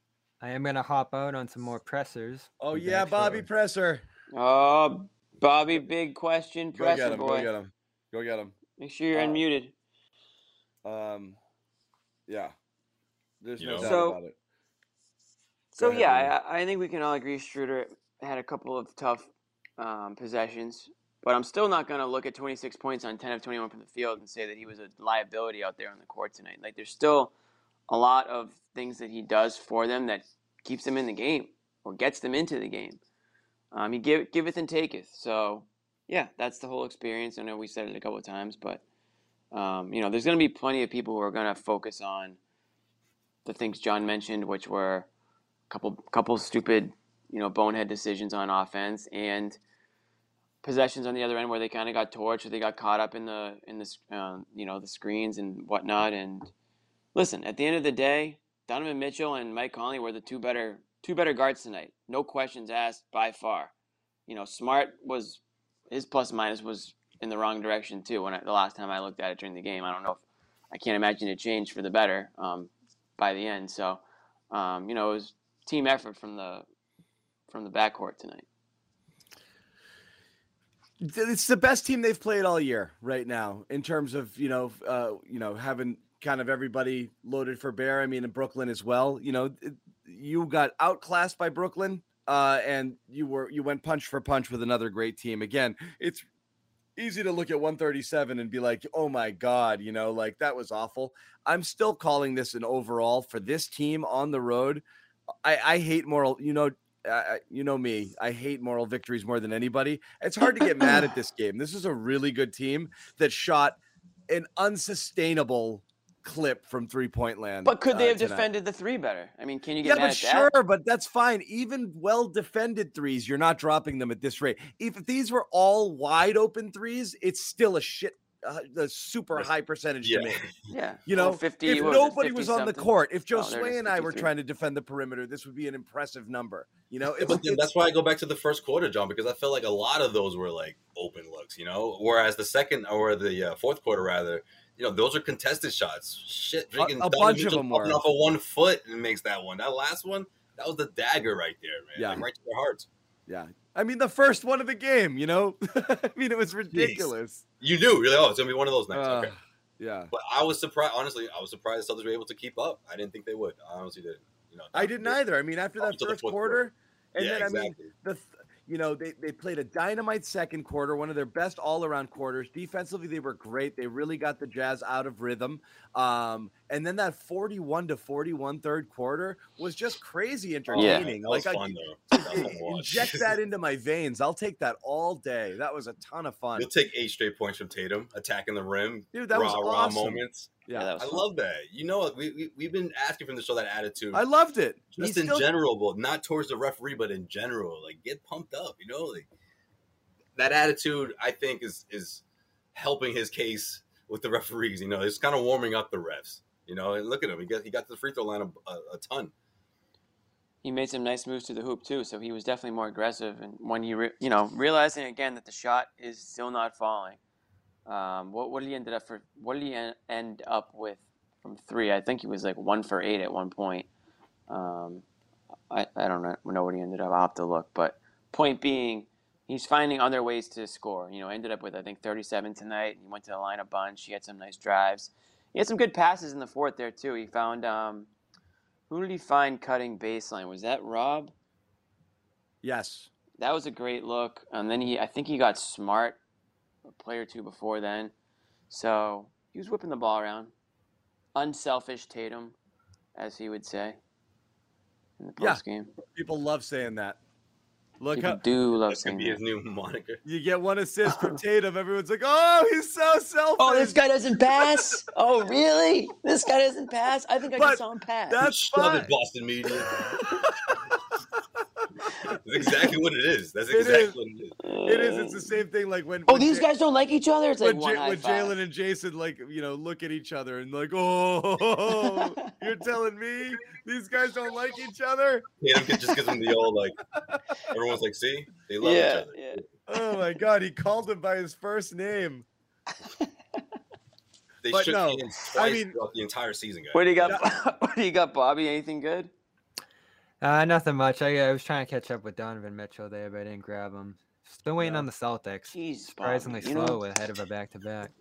C: I am gonna hop out on some more pressers.
A: oh
C: with
A: yeah,
C: Dennis
A: Bobby
C: Schroeder.
A: Presser.
B: Oh, Bobby, big question.
A: Go
B: Presser
A: get him.
B: boy.
A: Go get him. Go get him.
B: Make sure you're
A: Uh,
B: unmuted.
A: Um, yeah. There's
E: You
A: no
E: know?
A: doubt
B: So-
A: about it.
B: So
A: ahead,
B: yeah, I, I think we can all agree Schroeder had a couple of tough um, possessions, but I'm still not going to look at 26 points on 10 of 21 from the field and say that he was a liability out there on the court tonight. Like there's still a lot of things that he does for them that keeps them in the game or gets them into the game. Um, he give, giveth and taketh. So yeah, that's the whole experience. I know we said it a couple of times, but um, you know, there's going to be plenty of people who are going to focus on the things John mentioned, which were couple couple stupid, you know, bonehead decisions on offense and possessions on the other end where they kind of got torched or they got caught up in the in this um, you know the screens and whatnot. And listen, at the end of the day, Donovan Mitchell and Mike Conley were the two better two better guards tonight. No questions asked by far. You know, Smart was his plus minus was in the wrong direction too. When I, the last time I looked at it during the game, I don't know if I can't imagine it changed for the better um, by the end. So, um, you know, it was team effort from the from the backcourt tonight.
A: Th- it's the best team they've played all year right now in terms of you know f- uh, you know having kind of everybody loaded for bear. I mean, in Brooklyn as well. You know, it- you got outclassed by Brooklyn, uh, and you were you went punch for punch with another great team. Again, it's easy to look at 137 and be like, oh my god, you know, like that was awful. I'm still calling this an overall for this team on the road. I, I hate moral, you know. I, I- you know me. I hate moral victories more than anybody. It's hard to get mad at this game. This is a really good team that shot an unsustainable clip from three point land.
B: But could
A: uh,
B: they have
A: tonight.
B: defended the three better? I mean, can you
A: Yeah,
B: get mad
A: but
B: at
A: sure,
B: that?
A: but that's fine. Even well defended threes, you're not dropping them at this rate. If these were all wide open threes, it's still a shit, uh, a super
E: Yes.
A: high percentage
E: Yeah. Oh,
A: to me.
B: Yeah,
A: You
B: Well,
A: know,
B: fifty.
A: if
B: what was it,
A: nobody
B: 50
A: was on the
B: something?
A: court, if Joe
B: Oh, there it is,
A: Sway and I were
B: 53.
A: trying to defend the perimeter, this would be an impressive number. You know,
E: Yeah,
A: it's,
E: but then
A: it's-
E: that's why I go back to the first quarter, John, because I feel like a lot of those were like open looks, you know. Whereas the second or the uh, fourth quarter, rather, you know, those are contested shots. Shit, freaking
A: a
E: Donovan
A: bunch of
E: Mitchell
A: them
E: popping
A: were.
E: off of one foot and makes that one. That last one, that was the dagger right there, man.
A: Yeah.
E: like, right to their hearts.
A: yeah. I mean, the first one of the game. You know, I mean, it was ridiculous.
E: You knew, really. Oh, it's gonna be one of those nights.
A: Uh,
E: okay.
A: Yeah.
E: But I was surprised. Honestly, I was surprised the Celtics were able to keep up. I didn't think they would. I honestly didn't. You know,
A: I didn't either. I mean, after
E: Up
A: that
E: until the
A: first
E: fourth
A: quarter,
E: quarter.
A: and
E: yeah,
A: then I mean,
E: exactly.
A: the th- you know they, they played a dynamite second quarter one of their best all-around quarters defensively they were great they really got the jazz out of rhythm um, and then that 41 to 41 third quarter was just crazy
E: Oh, man,
A: entertaining
E: that was
A: like I,
E: fun though. That was fun to watch.
A: inject that into my veins i'll take that all day that was a ton of fun
E: You'll take eight straight points from Tatum attacking the rim.
A: Dude, that was
E: rah,
A: awesome.
E: Raw moments.
B: Yeah, that
A: yeah
B: was
E: I
B: fun.
E: love that. You know, we, we we've been asking from the show that attitude.
A: i loved it
E: just
A: He
E: in
A: still-
E: general, but not towards the referee, but in general, like get pumped up. You know, like that attitude. I think is is helping his case with the referees. You know, it's kind of warming up the refs. You know, and look at him. He got he got to the free throw line a, a, a ton.
B: He made some nice moves to the hoop too, so he was definitely more aggressive. And when you re- you know realizing again that the shot is still not falling, um, what what did he ended up for? What did he en- end up with from three? I think he was like one for eight at one point. Um, I, I don't know, know what he ended up. I'll have to look. But point being, he's finding other ways to score. You know, ended up with, I think, 37 tonight. He went to the line a bunch. He had some nice drives. He had some good passes in the fourth there too. He found um, who did he find cutting baseline? Was that Rob?
A: Yes.
B: That was a great look. And then he, I think he got smart a play or two before then. So he was whipping the ball around. Unselfish Tatum, as he would say in the
A: Yeah.
B: post game.
A: People love saying that. Look
B: People
A: up.
B: do love
E: That's
B: saying
E: gonna be his
B: that.
E: new moniker.
A: You get one assist from Tatum. Everyone's like, "Oh, he's so selfish."
F: Oh, this guy doesn't pass. Oh, really? This guy doesn't pass. I think I
A: But
F: just saw him pass.
A: That's
E: Shove
A: fine.
E: it, Boston media. That's exactly what it is. That's
A: It
E: exactly
A: is.
E: what it is.
A: It is. It's the same thing. Like when.
F: Oh,
A: when
F: these
A: Ja-
F: guys don't like each other. It's like
A: when,
F: one
A: Ja-
F: high
A: when
F: five.
A: Jalen and Jason like you know look at each other and like, "Oh, you're telling me these guys don't like each other?"
E: Tatum could- just gives him the old like. Everyone's like, see, they love each
B: Yeah,
E: other.
B: yeah.
A: Oh my God, he called him by his first name.
E: They
A: But
E: shook
A: no,
E: hands
A: I
E: twice
A: mean-
E: throughout the entire season, guys.
B: What do you got? what do you got, Bobby? Anything good?
C: Uh, nothing much. I, I was trying to catch up with Donovan Mitchell there, but I didn't grab him. Still waiting
A: No.
C: on the Celtics.
B: Jeez,
C: Surprisingly
B: Bobby, you know-
C: slow ahead of a back to back.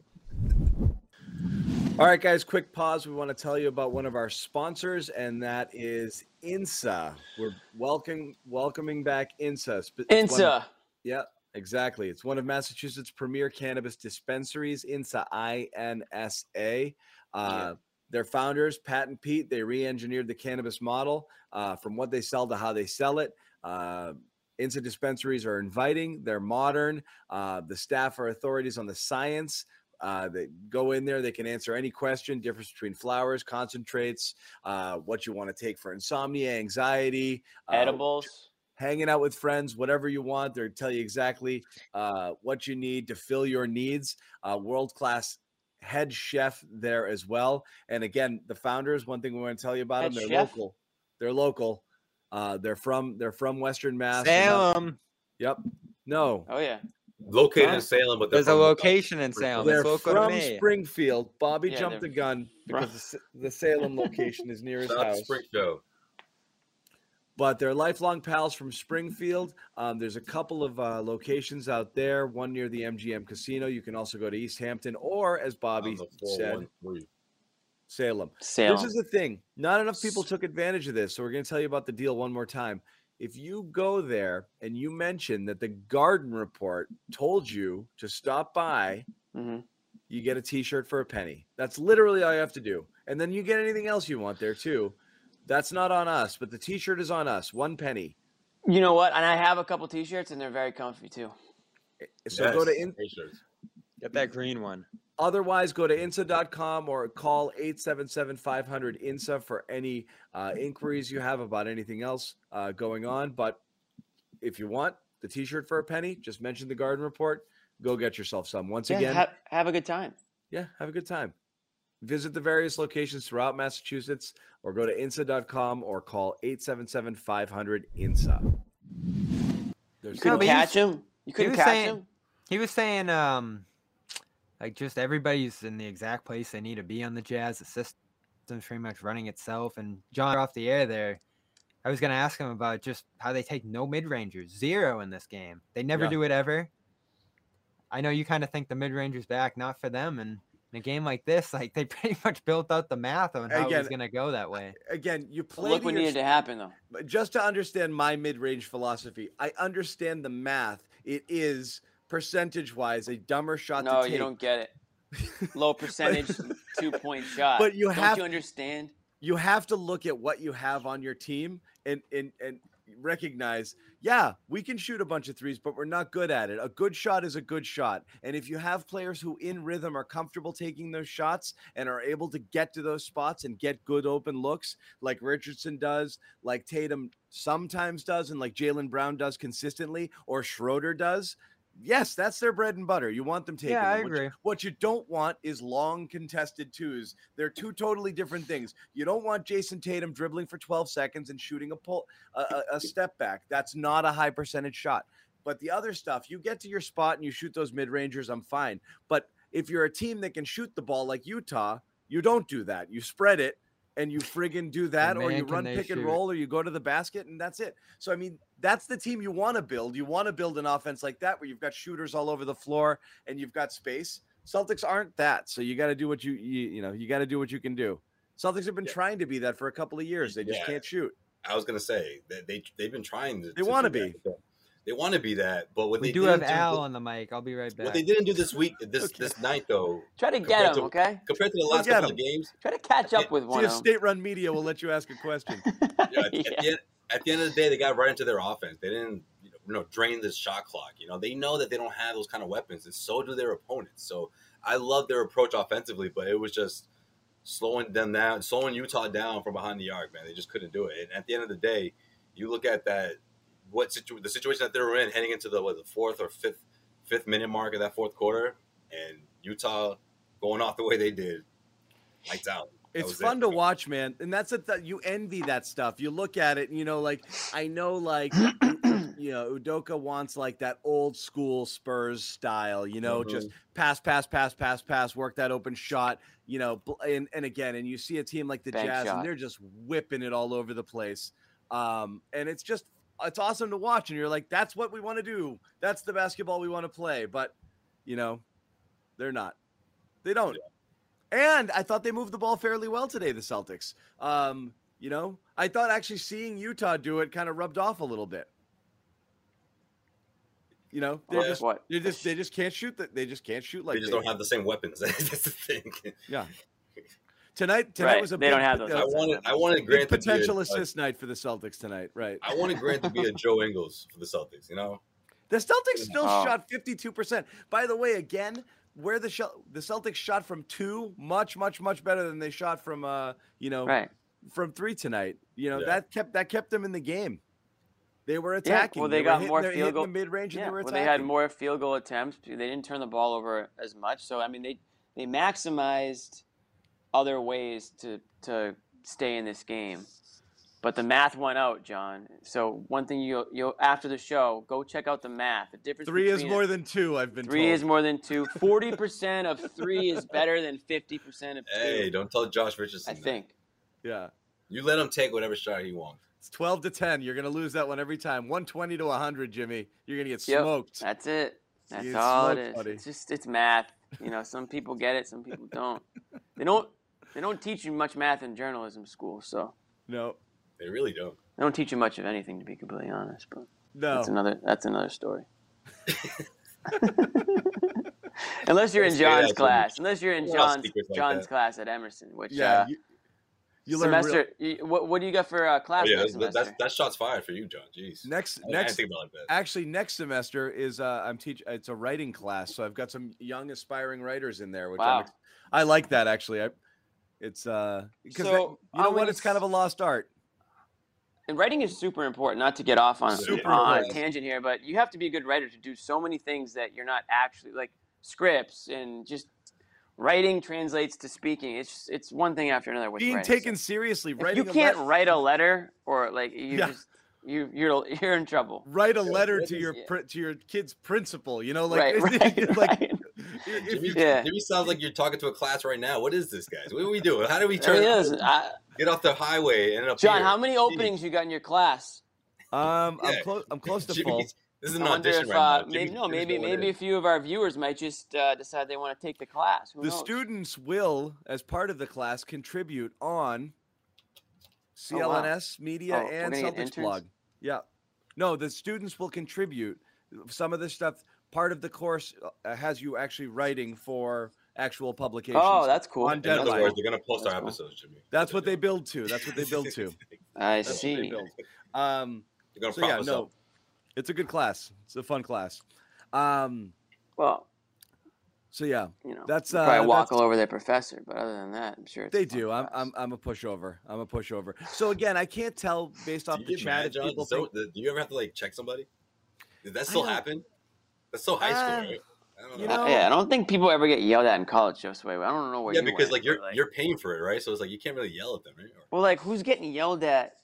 A: All right, guys, quick pause. We want to tell you about one of our sponsors, and that is INSA. We're welcome, welcoming back INSA. Sp- it's one uh, of-
B: Insa.
A: Yeah, exactly. It's one of Massachusetts' premier cannabis dispensaries, INSA, I N S A. Uh, Their founders, Pat and Pete, they re engineered the cannabis model uh, from what they sell to how they sell it. Uh, INSA dispensaries are inviting, they're modern, uh, the staff are authorities on the science. Uh, they go in there. They can answer any question. Difference between flowers, concentrates, uh, what you want to take for insomnia, anxiety, uh,
B: Edibles.
A: hanging out with friends, whatever you want. They'll tell you exactly uh, what you need to fill your needs. Uh, World class head chef there as well. And again, the founders. One thing we want to tell you about
B: Head
A: them: they're
B: chef?
A: local. They're local. Uh, they're from they're from Western Mass. They're not-
C: Salem.
A: Yep. No.
B: Oh yeah.
E: Located
C: Huh?
E: in Salem, but they're
C: There's a
E: from the-
C: location in Salem.
A: They're
C: It's local to
A: from
C: me.
A: Springfield. Bobby
B: Yeah,
A: jumped the
B: they're
A: gun because the, Sa- the Salem location is near his
E: Shout out to
A: house.
E: Springfield.
A: but they're lifelong pals from Springfield. Um, there's a couple of uh, locations out there, one near the MGM Casino. You can also go to East Hampton or, as Bobby
E: On the
A: said,
E: 413.
A: Salem.
B: Salem.
A: This is the thing. Not enough people took advantage of this. So we're going to tell you about the deal one more time. If you go there and you mention that the garden report told you to stop by,
B: hmm
A: you get a t-shirt for a penny. That's literally all you have to do. And then you get anything else you want there too. That's not on us, but the t-shirt is on us. One penny.
B: You know what? And I have a couple T-shirts, and they're very comfy too.
A: So go to
E: Yes,
A: in-
E: t-shirts.
C: Get that green one.
A: otherwise go to insa.com or call 877-500-INSA for any uh, inquiries you have about anything else uh, going on. But if you want the t-shirt for a penny, just mention the garden report. Go get yourself some. Once
B: Yeah,
A: again,
B: have, have a good time.
A: yeah, have a good time. Visit the various locations throughout Massachusetts or go to INSA.com or call 877-500-INSA. There's
C: No,
B: You couldn't
C: but he
B: catch him. You couldn't
C: was
B: catch
C: saying-
B: him.
C: He was saying, um, like just everybody's in the exact place they need to be on the Jazz. The system's pretty much running itself. And John off the air there. I was gonna ask him about just how they take no mid rangers, zero in this game. They never
A: Yeah.
C: do it ever. I know you kind of think the mid rangers back, not for them. And in a game like this, like they pretty much built out the math on how it was
A: Again,
C: gonna go that way.
A: again, you play
B: Look
A: to
B: what
A: your
B: needed to happen though.
A: But just to understand my mid-range philosophy, I understand the math. It is percentage-wise a dumber shot
B: No,
A: to take.
B: you don't get it. Low percentage, two point shot.
A: but you
B: don't
A: have-
B: you understand?
A: You have to look at what you have on your team and and and recognize, yeah, we can shoot a bunch of threes, but we're not good at it. A good shot is a good shot. And if you have players who in rhythm are comfortable taking those shots and are able to get to those spots and get good open looks, like Richardson does, like Tatum sometimes does, and like Jalen Brown does consistently, or Schroeder does. Yes, that's their bread and butter. You want them taking.
C: Yeah, I
A: them. What you-
C: agree.
A: what you don't want is long contested twos. They're two totally different things. You don't want Jason Tatum dribbling for 12 seconds and shooting a pull, a, a, a step back. That's not a high percentage shot. But the other stuff, you get to your spot and you shoot those mid rangers. I'm fine. But if you're a team that can shoot the ball like Utah, you don't do that. You spread it and you friggin' do that, or
C: man,
A: you
C: can
A: run
C: they
A: pick and
C: shoot.
A: roll, or you go to the basket, and that's it. So I mean, that's the team you want to build. You want to build an offense like that where you've got shooters all over the floor and you've got space. Celtics aren't that. So you got to do what you, you you know you got to do what you can do. Celtics have been
E: Yeah.
A: trying to be that for a couple of years. They just
E: Yeah.
A: can't shoot.
E: I was gonna say that they they've been trying to.
A: They
E: to
A: wanna
E: do that.
A: be.
E: They want to be that, but what
C: We
E: they
C: do have
E: didn't
C: Al on the mic. I'll be right
E: What
C: back.
E: they didn't do this week, this this night though,
B: Try to get
E: Compared
B: him,
E: to-
B: okay?
E: compared to the
A: Go
E: last
A: get
E: couple
A: him.
E: of games,
B: Try to catch up
E: Yeah,
B: with
A: See
B: one
A: if
B: of them.
A: state-run media will let you ask a question.
E: you know, at, at
B: Yeah.
E: the end, at the end of the day, they got right into their offense. They didn't, you know, you know, drain the shot clock. You know, they know that they don't have those kind of weapons, and so do their opponents. So I love their approach offensively, but it was just slowing them down, slowing Utah down from behind the arc. Man, they just couldn't do it. And at the end of the day, you look at that what situ- the situation that they were in heading into the what, the fourth or fifth fifth minute mark of that fourth quarter, and Utah going off the way they did, lights out. That
A: It's
E: was it.
A: fun to watch, man. And that's the th- you envy that stuff. You look at it, and you know, like I know, like you know, Udoka wants like that old school Spurs style. You
E: Mm-hmm.
A: know, just pass, pass, pass, pass, pass, work that open shot. You know, bl- and and again, and you see a team like the
B: Bank
A: Jazz,
B: shot.
A: and they're just whipping it all over the place. Um, and it's just it's awesome to watch. And you're like, that's what we want to do. That's the basketball we want to play. But you know, they're not. They don't. And I thought they moved the ball fairly well today, the Celtics. Um, you know, I thought actually seeing Utah do it kind of rubbed off a little bit. You know, they
B: Well,
A: just
B: what?
A: they just they just can't shoot that they just can't shoot like
E: they just don't have the same weapons. That's the thing.
A: yeah. Tonight tonight
B: Right,
A: was a
B: they
A: big,
B: don't have
A: pot-
B: those.
A: uh,
E: I
B: That's
E: wanted
B: not
E: I wanted
A: big
E: Grant
A: potential
E: to be a, uh,
A: assist night for the Celtics tonight, right?
E: I wanted Grant to be a Joe Ingles for the Celtics. You know,
A: The Celtics still
B: Oh.
A: shot 52%. By the way, again, where the shel the Celtics shot from 2 much much much better than they shot from uh, you know,
B: Right.
A: from three tonight. You know
E: Yeah.
A: that kept that kept them in the game. They were attacking.
B: well, they
A: were
B: got
A: hitting
B: more
A: their-
B: field
A: hitting
B: goal-
A: the mid range,
B: Yeah.
A: and they were
B: Well,
A: attacking.
B: they had more field goal attempts. They didn't turn the ball over as much. So I mean, they they maximized other ways to to stay in this game. But the math won out, John. So one thing you will you will after the show, go check out the math. The difference
A: Three is
B: between
A: more
B: a-
A: than two. I've been
B: three
A: told.
B: is more than two. Forty percent of three is better than fifty percent of two.
E: hey, don't tell Josh Richardson.
B: I
E: that.
B: think.
A: yeah.
E: you let him take whatever shot he wants.
A: It's twelve to ten. You're gonna lose that one every time. One twenty to hundred, Jimmy. You're gonna get
B: Yep,
A: smoked.
B: That's it. That's
A: It's
B: all
A: smoke,
B: it is.
A: buddy.
B: It's just it's math. You know, some people get it, some people don't. They don't they don't teach you much math in journalism school, so
A: No,
E: They really don't.
B: they don't teach you much of anything to be completely honest, but
A: no.
B: that's another that's another story. unless you're in
E: Don't say
B: John's
E: that, Jimmy.
B: class, unless you're in
E: We're all
B: John's
E: secrets like
B: John's
E: that.
B: class at Emerson, which
A: yeah.
B: uh,
A: you, you learn real-
B: semester. you- what, what do you got for uh,
E: Oh,
B: class
E: yeah, that's,
B: next semester?
E: that's that shot's fired for you, John. Jeez.
A: next
E: I didn't
A: next
E: think about it like that.
A: actually next semester is uh, I'm teach it's a writing class, so I've got some young aspiring writers in there, which
B: Wow.
A: I'm ex- I like that actually. I it's uh because that-
B: So,
A: you know
B: I'm
A: what?
B: gonna
A: It's kind of a lost art.
B: and writing is super important not to get off on,
E: Super
B: on a uh,
E: important.
B: tangent here but you have to be a good writer to do so many things that you're not actually like scripts and just writing translates to speaking it's it's one thing after another with
A: Being
B: writing. So
A: taken seriously,
B: if you
A: writing
B: can't
A: a let-
B: write a letter or like you
A: Yeah.
B: just you you're you're in trouble
A: write a letter
E: this
A: to
E: is-
A: your
B: Oh, yeah.
A: pri- to your kid's principal, you know, like
B: right, right,
A: like
B: right.
A: if
E: Jimmy,
A: you
B: yeah.
E: Jimmy sounds like you're talking to a class right now. What is this, guys? What are we doing? How do we
B: There
E: turn?
B: it is. I,
E: Get off the highway and end up
B: John,
E: here?
B: how many openings you got in your class?
A: um I'm
E: Yeah.
A: close I'm close to full.
E: Jimmy's- This is
B: I
E: an
B: wonder
E: audition
B: if
E: right
B: uh,
E: now.
B: maybe
E: Jimmy's-
B: no,
E: Jimmy's
B: maybe
E: going
B: maybe a
E: in.
B: few of our viewers might just uh, decide they want to take the class. Who
A: The
B: knows?
A: students will, as part of the class, contribute on
B: Oh, wow.
A: CLNS Media
B: Oh, we're
A: and
B: gonna get
A: Celtics
B: interns?
A: Blog. Yeah. No, the students will contribute. Some of the stuff, part of the course uh, has you actually writing for actual publications.
B: Oh, that's cool.
A: On
E: In other
A: deadline.
E: words, they're gonna post
B: That's
E: our
B: cool.
E: episodes, Jimmy.
A: That's what they build to. That's what they build to.
B: I
A: That's what they
B: see.
A: build. Um,
E: They're gonna
A: so,
E: prop
A: yeah,
E: us
A: no,
E: up.
A: it's a good class. It's a fun class. Um,
B: Well,
A: so, yeah,
B: you know,
A: That's,
B: they
A: uh,
B: probably walk
A: that's-
B: all over their professor, but other than that, I'm sure it's a
A: They
B: fun
A: do. I'm,
B: class.
A: I'm I'm a pushover. I'm a pushover. So again, I can't tell based off
E: Do you
A: the
E: get
A: chat
E: mad,
A: if
E: John?
A: people
E: So-
A: think
E: do you ever have to like check somebody? Did that still
A: don't-
E: happen? That's so high school,
A: Uh,
E: right? I don't
A: you
E: Um, know.
A: know-
B: Uh, yeah, I don't think people ever get yelled at in college, Joseph. Wade. I don't know where
E: yeah,
B: you
E: because
B: went,
E: like you're
B: but, like-
E: you're paying for it, right? So it's like you can't really yell at them, right? Or-
B: well, like who's getting yelled at?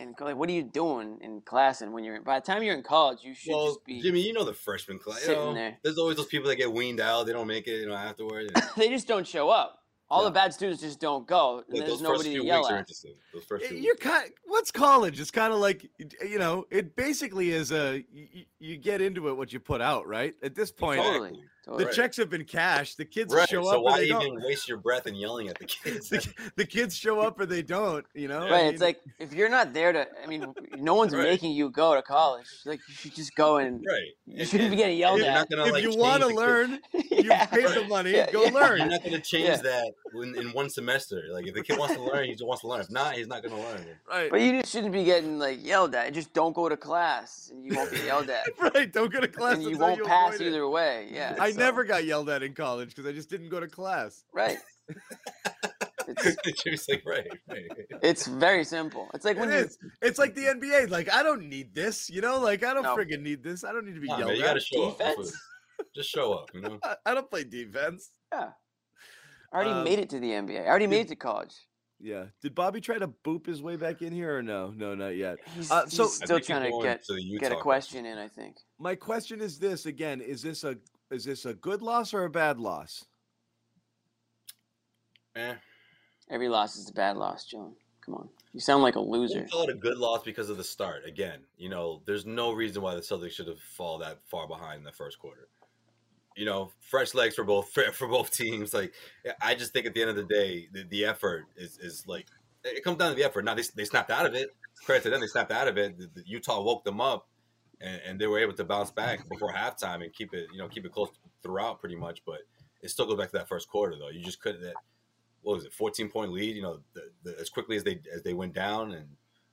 B: And like, what are you doing in class? And when you're by the time you're in college, you should
E: well,
B: just be.
E: Jimmy, you know the freshman class. You
B: sitting
E: know,
B: there.
E: There's always those people that get weaned out. They don't make it, you know, afterward. and-
B: they just don't show up. All the
A: Yeah.
B: bad students just don't go, and
E: like, those
B: there's
E: first
B: nobody
E: few
B: to
E: weeks
B: yell
E: are
B: at.
E: interesting. Those first few
A: Eh, you're kind. What's college? It's kind of like you know. It basically is a you, you get into it what you put out, right? At this point,
B: Totally.
E: Exactly.
A: The
B: Totally.
A: checks have been cashed. The kids
E: Right.
A: show
E: so
A: up or
E: why
A: they
E: even
A: don't.
E: waste your breath and yelling at the kids?
A: The, the kids show up or they don't. You know, I
B: Right, it's
A: mean,
B: like if you're not there to, I mean, no one's
E: Right.
B: making you go to college. Like you should just go and
E: right.
B: you shouldn't be getting yelled
E: you're
B: at.
E: not gonna,
A: if
E: like,
A: you
E: change
A: want to
E: the kid-
A: learn, you
B: yeah.
A: pay the
E: Right.
A: money,
B: Yeah,
A: go
B: yeah.
E: You're
A: learn.
E: not going to change
B: Yeah.
E: that in, in one semester. Like if the kid wants to learn, he just wants to learn. If not, he's not going to learn.
A: Right.
B: But you just shouldn't be getting like yelled at. Just don't go to class, and you won't get yelled at,
A: right. Don't go to class.
B: and you
A: until
B: won't
A: avoid
B: pass
A: it.
B: either way. Yeah,
A: I
B: so-
A: never got yelled at in college because I just didn't go to class.
B: Right. it's
E: She's like, right, right.
B: it's very simple. It's like
A: It
B: when you
A: is. It's like the NBA. Like I don't need this. You know. Like I don't
B: No.
A: friggin' need this. I don't need to be
E: Nah, man,
A: yelled
E: you got to
A: at.
E: show up. That's
B: defense.
E: what- Just show up. You know.
A: I, I don't play defense.
B: I already
A: Um,
B: made it to the NBA. I already
A: did-
B: made it to college.
A: Yeah. Did Bobby try to boop his way back in here or no? No, not yet.
B: He's,
A: Uh, so-
B: he's
E: I
B: still
E: think you're
B: trying to
E: going
B: get
E: the Utah
B: get a
E: coach.
B: question in. I think.
A: My question is this again: Is this a is this a good loss or a bad loss?
E: Eh,
B: Every loss is a bad loss, John. Come on. You sound like a loser.
E: we call it a good loss because of the start. Again, you know, there's no reason why the Celtics should have fall that far behind in the first quarter. You know, fresh legs for both for, for both teams. Like, I just think at the end of the day, the, the effort is is like it comes down to the effort. Now they, they snapped out of it. Credit to them, they snapped out of it. The, the Utah woke them up, and, and they were able to bounce back before halftime and keep it you know keep it close throughout pretty much. But it still goes back to that first quarter though. You just couldn't. That, what was it? Fourteen point lead. You know, the, the, as quickly as they as they went down, and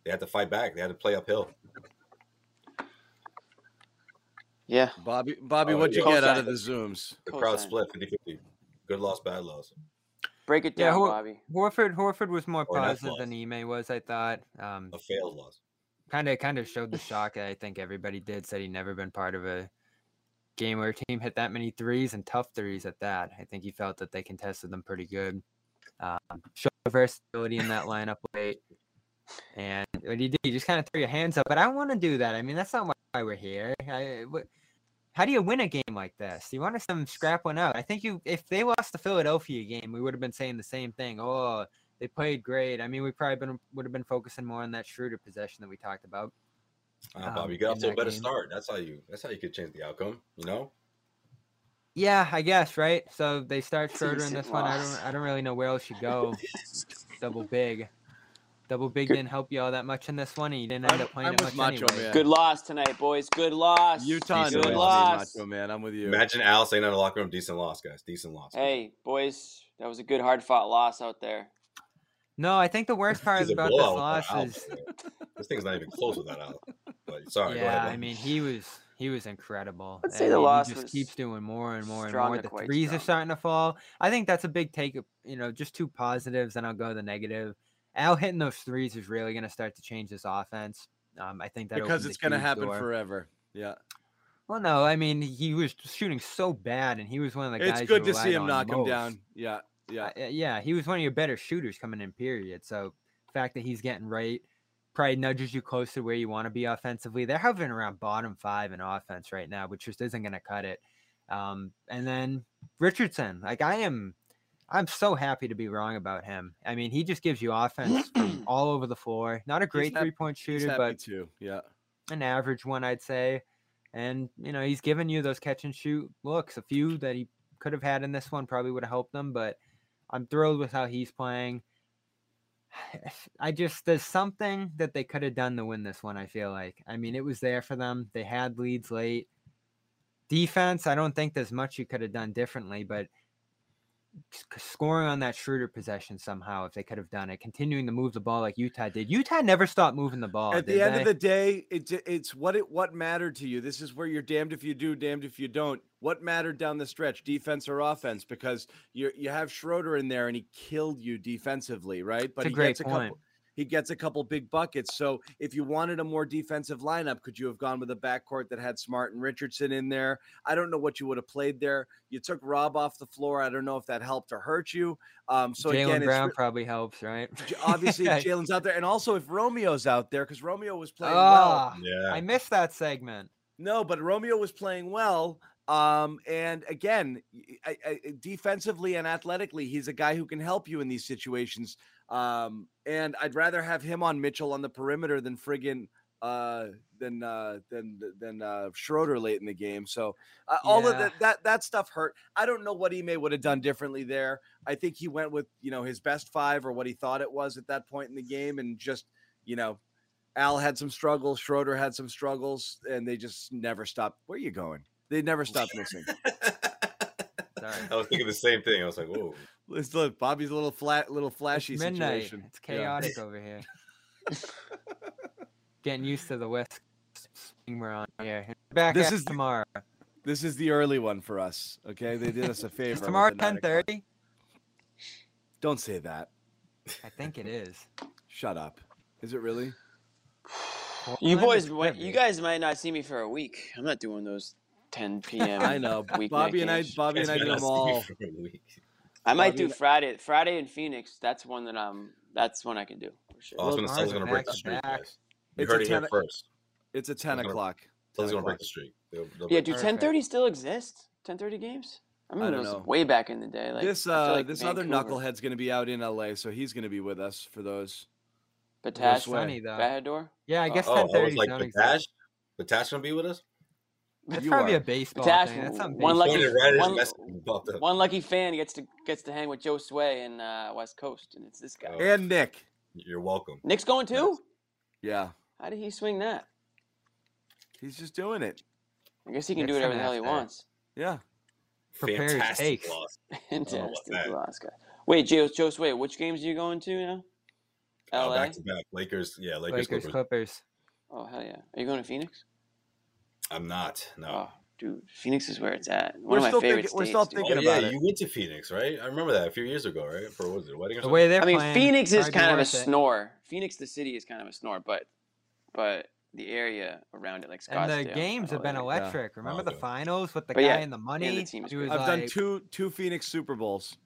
E: they had to fight back. They had to play uphill.
B: Yeah.
A: Bobby, Bobby,
E: Oh,
A: what'd you
E: yeah.
A: get out of the zooms?
E: The
B: Cool
E: crowd
B: sign.
E: split 50-50. Good loss, bad loss.
B: Break it
C: Yeah,
B: down,
C: who-
B: Bobby.
C: Horford Horford was more
E: Or not
C: positive
E: loss.
C: than Ime was, I thought. Um,
E: A failed loss.
C: kind of kind of showed the shock that I think everybody did. Said he'd never been part of a game where a team hit that many threes and tough threes at that. I think he felt that they contested them pretty good. Um, showed versatility in that lineup late, and what he did, you just kind of threw your hands up. But I don't want to do that. I mean, that's not why we're here. I, what, how do you win a game like this? You want to some scrap one out. I think you if they lost the Philadelphia game, we would have been saying the same thing. Oh, they played great. I mean, we probably been would have been focusing more on that Schroeder possession that we talked about.
E: Uh,
C: Um,
E: Bobby, you got off
C: in
E: to a
C: that
E: better
C: game.
E: start. That's how you. That's how you could change the outcome. You know.
C: Yeah, I guess right. So they start
B: It's a
C: Schroeder in
B: decent
C: this one. I
B: loss.
C: don't. I don't really know where else you go. Double big, double big
B: Good-
C: didn't help you all that much in this one. and You didn't end
A: I'm-
C: up playing
A: I'm
C: that
A: with
C: much
A: Macho
C: anyway.
A: Man.
B: Good loss tonight, boys. Good loss.
A: Utah,
E: Decent
B: Good
A: knows
B: loss.
A: me, Macho man. I'm with you.
E: Imagine Al saying that in the locker room, decent loss, guys. Decent loss.
B: Hey, boys. That was a good, hard-fought loss out there.
C: No, I think the worst part
E: He's a
C: about this
E: blowout
C: loss
E: without Al,
C: is,
E: by the way. this thing's not even close without Al. But sorry, go
C: yeah,
E: ahead.
C: I mean, he was he was incredible.
B: I'd
C: I
B: say the
C: mean, he
B: loss
C: just
B: was
C: keeps doing more and more and
B: strong
C: more.
B: to
C: The
B: quite
C: threes are
B: strong.
C: starting to fall. I think that's a big take. You know, just two positives, and I'll go the negative. Al hitting those threes is really going to start to change this offense. Um, I think that
A: because
C: opens a
A: it's gonna
C: huge
A: happen
C: door.
A: forever. Yeah,
C: Well, no, I mean he was shooting so bad, and he was one of the guys.
A: it's
C: you
A: good to
C: relied
A: see him
C: on
A: knock him
C: most.
A: down. Yeah, yeah.
C: Uh, uh, yeah, he was one of your better shooters coming in. Period. So fact that he's getting right probably nudges you closer to where you want to be offensively. They're hovering around bottom five in offense right now, which just isn't going to cut it. Um, and then Richardson, like I am, I'm so happy to be wrong about him. I mean, he just gives you offense from all over the floor. Not a great
A: hap-
C: three point
A: He's
C: shooter,
A: happy
C: but
A: too. Yeah.
C: an average one, I'd say. And you know, he's given you those catch and shoot looks. A few that he could have had in this one probably would have helped them, but I'm thrilled with how he's playing. I just there's something that they could have done to win this one. I feel like. I mean, it was there for them. They had leads late. Defense, I don't think there's much you could have done differently, but s- c- scoring on that Schroeder possession somehow, if they could have done it, continuing to move the ball like Utah did. Utah never stopped moving the ball.
A: At
C: did
A: the end
C: they?
A: of the day, it, it's what it what mattered to you. This is where you're damned if you do, damned if you don't. What mattered down the stretch, defense or offense? Because you you have Schroeder in there and he killed you defensively, right? But
C: a
A: he
C: great
A: gets a
C: point.
A: couple. He gets a couple big buckets. So if you wanted a more defensive lineup, could you have gone with a backcourt that had Smart and Richardson in there? I don't know what you would have played there. You took Rob off the floor. I don't know if that helped or hurt you. Um, so
C: Jalen
A: again,
C: Brown
A: it's, re-
C: probably helps, right?
A: J- obviously if Jalen's out there, and also if Romeo's out there, because Romeo was playing well.
C: Ah,
E: Yeah.
C: I missed that segment.
A: No, but Romeo was playing well. Um, and again, y- I, I- I- defensively and athletically, he's a guy who can help you in these situations. Um, and I'd rather have him on Mitchell on the perimeter than friggin' uh, than uh, than than uh, Schroeder late in the game. So uh, all of
C: Yeah.
A: that, that that stuff hurt. I don't know what Ime would have done differently there. I think he went with you know his best five or what he thought it was at that point in the game, and just you know. Al had some struggles. Schroeder had some struggles, and they just never stopped. Where are you going? They never stopped missing.
C: Sorry.
E: I was thinking the same thing. I was like, whoa.
A: Let's look. Bobby's a little flat, little flashy
C: it's midnight.
A: situation.
C: It's
A: Yeah.
C: chaotic over here. Getting used to the West thing we're on here. Back
A: This
C: at
A: is the-
C: tomorrow.
A: This is the early one for us. Okay, they did us a favor.
C: It's
A: with
C: tomorrow
A: the nine
C: ten
A: o'clock.
C: thirty.
A: Don't say that.
C: I think it is.
A: Shut up. Is it really?
B: You
C: Portland
B: boys,
C: is
B: might,
C: heavy.
B: you guys might not see me for a week. I'm not doing those 10 p.m.
A: I know.
B: weeknight
A: Bobby and I.
B: games.
A: Bobby and I
E: It's
A: do
E: been us
A: them all.
E: for a week.
B: I might
A: Bobby
B: do Friday. Friday in Phoenix. That's one that I'm. That's one I can do for sure.
E: Oh, I was gonna say, I was
C: Ours are
E: gonna break the
C: back to
E: streak,
C: back.
E: guys. You
A: It's a
E: heard it here
A: 10
E: first.
A: It's a ten
E: We're gonna-
A: o'clock.
E: Someone's
A: 10
E: gonna break
A: o'clock.
E: the streak. They'll- they'll
B: yeah,
E: break
B: do
E: it.
C: Perfect.
B: 10:30 still exist? 10:30 games? I remember
A: don't
B: those
A: know.
B: way back in the day. Like
A: this
B: I feel
A: uh,
B: like
A: this other
B: Vancouver.
A: knucklehead's gonna be out in L.A., so he's gonna be with us for those.
B: Batash,
A: way.
C: Funny though.
B: Bahador.
C: yeah, I guess
E: Oh, I
C: ten
E: was
C: thirty.
E: like, Batash, Batash gonna be with us.
C: That's
A: You
C: probably
A: are.
C: a baseball
B: Batash,
C: thing. That's something
B: one
C: baseball.
B: lucky-
E: Pointed right at his
B: one-
E: message and popped up.
B: One lucky fan gets to gets to hang with Joe Sway in uh, West Coast, and it's this guy.
E: Oh.
A: And Nick.
E: You're welcome.
B: Nick's going too.
A: Yeah,
B: How did he swing that?
A: he's just doing it.
B: I guess he can do
C: Nick's
B: whatever the
C: gonna
B: hell he
C: have to-
B: wants.
A: Yeah.
C: Prepared
E: Fantastic
C: takes.
E: loss. know about
B: Fantastic,
E: that.
B: Alaska. Wait, Joe, Joe Sway, which games are you going to now?
E: Uh,
B: L.A.
E: back to back. Lakers. Yeah, Lakers.
C: Lakers
E: Clippers.
C: Clippers.
B: oh hell yeah! Are you going to Phoenix?
E: I'm not. No.
B: Oh, dude, Phoenix is where it's at. One
A: We're
B: of my
A: still
B: favorite
A: thinking- we're
B: states.
A: still
B: dude.
A: thinking-
E: Oh, yeah,
A: about it.
E: you went to Phoenix, right? I remember that a few years ago, right? For what was it a wedding or
C: The
E: something?
C: way they're
B: I mean,
C: playing,
B: Phoenix is
C: hard to
B: kind of a
C: worth it.
B: snore. Phoenix, the city, is kind of a snore, but but the area around it, like
C: And
B: Scottsdale,
C: the games have been
B: LA,
C: electric. Remember the
E: Okay.
C: finals with the
B: Oh, But
C: guy
B: yeah,
C: and the money?
B: team is
C: He
B: great.
C: was
A: I've done
C: like,
A: two two Phoenix Super Bowls.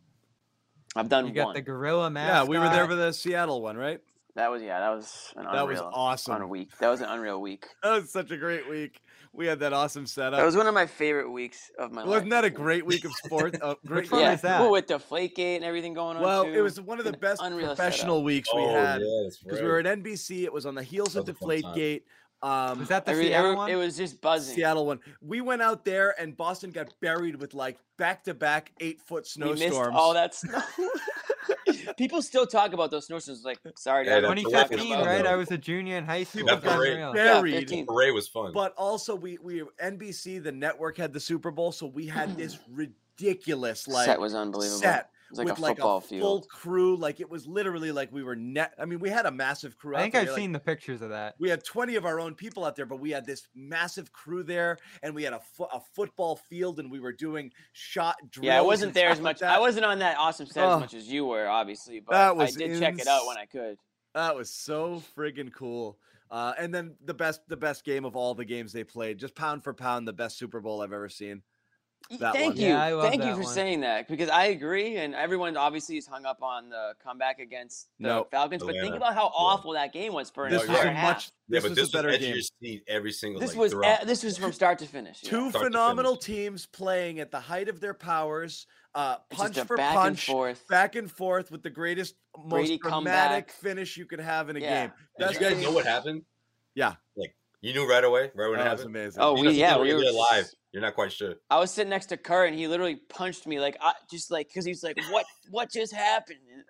B: I've done
C: You got
B: one.
C: the gorilla
A: Yeah,
C: mascot.
A: we were there for the Seattle one, right?
B: That was yeah. That was an
A: That was
B: unreal-
A: awesome.
B: On a week. That was an unreal week.
A: That was such a great week. We had that awesome setup.
B: That was one of my favorite weeks of my life.
A: Uh, Wasn't that a great week of sports? Uh, great.
C: one
B: yeah.
C: was that?
B: Well, with the flake gate and everything going on.
A: Well, it
B: too.
A: was one of the
B: An
A: best
B: unreal
A: professional weeks we
E: oh,
A: had
E: yeah, that's
A: because
E: right.
A: we were at NBC. It was on the heels of
E: That was a fun
A: Deflate
E: time.
A: Gate. Um,
C: Was that the
B: Every,
C: Seattle
B: every-
C: one?
B: It was just buzzing.
A: Seattle one. We went out there and Boston got buried with like back to back eight foot
B: We missed
A: snowstorms.
B: all that snow. People still talk about those snowstorms. Like, sorry,
E: Yeah,
B: Dad,
E: that's
B: I'm talking
C: 2015,
B: about it.
C: right?
E: though.
C: I was a junior in high school.
E: That
C: It was
E: parade.
C: unreal.
B: Yeah,
A: Buried.
B: 15.
E: Parade was fun.
A: But also, we we NBC the network had the Super Bowl, so we had this ridiculous like
B: set was unbelievable.
A: set
B: it was like
A: with
B: a
A: like
B: football
A: a full
B: field.
A: crew. Like it was literally like we were net. I mean, we had a massive crew.
C: I
A: out
C: think
A: there,
C: I've
A: like,
C: seen the pictures of that.
A: we had 20 of our own people out there but we had this massive crew there and we had a, fo- a football field and we were doing shot drills
B: Yeah, I wasn't
A: and
B: there
A: stuff
B: as
A: like
B: much.
A: that.
B: I wasn't on that awesome set
A: Oh.
B: as much as you were, obviously. But
A: That was
B: I did check it out when
A: ins-
B: I could.
A: that was so friggin cool uh, and then the best the best game of all the games they played just pound for pound the best super bowl i've ever seen
B: Y-
A: that
B: Thank
A: one.
B: you.
C: Yeah, I love
B: Thank you
C: that
B: for
C: one.
B: saying that because I agree. And everyone obviously is hung up on the comeback against the
A: Nope.
B: Falcons. But think
E: Atlanta.
B: about how awful that game was for an
A: this
E: you're
A: was
B: entire
A: a
E: right.
B: half.
E: Oh, yeah,
A: much this
E: but
A: was a better
E: edge of
A: game
E: your seat every single.
B: this
E: like,
B: was
E: throughout.
B: e- this was from start to finish. you know?
A: two
E: start to finish.
A: phenomenal teams playing at the height of their powers uh,
B: It's just
A: punch
B: a
A: for
B: back and
A: punch
B: forth.
A: back and forth with the greatest
B: Brady
A: most dramatic
B: comeback.
A: finish you could have in a
B: Yeah.
A: game
E: Did you
A: That's
E: guys know what happened?
A: Yeah. Uh,
E: Like you knew right away, right when it
A: that was
E: happened.
A: amazing
B: Oh,
E: You
B: we
E: guys
B: yeah
E: knew
B: we
E: you
B: were
E: were alive.
B: s-
E: You're not quite sure.
B: I was sitting next to Kerr and he literally punched me like I, just like because he was like what what just happened. And-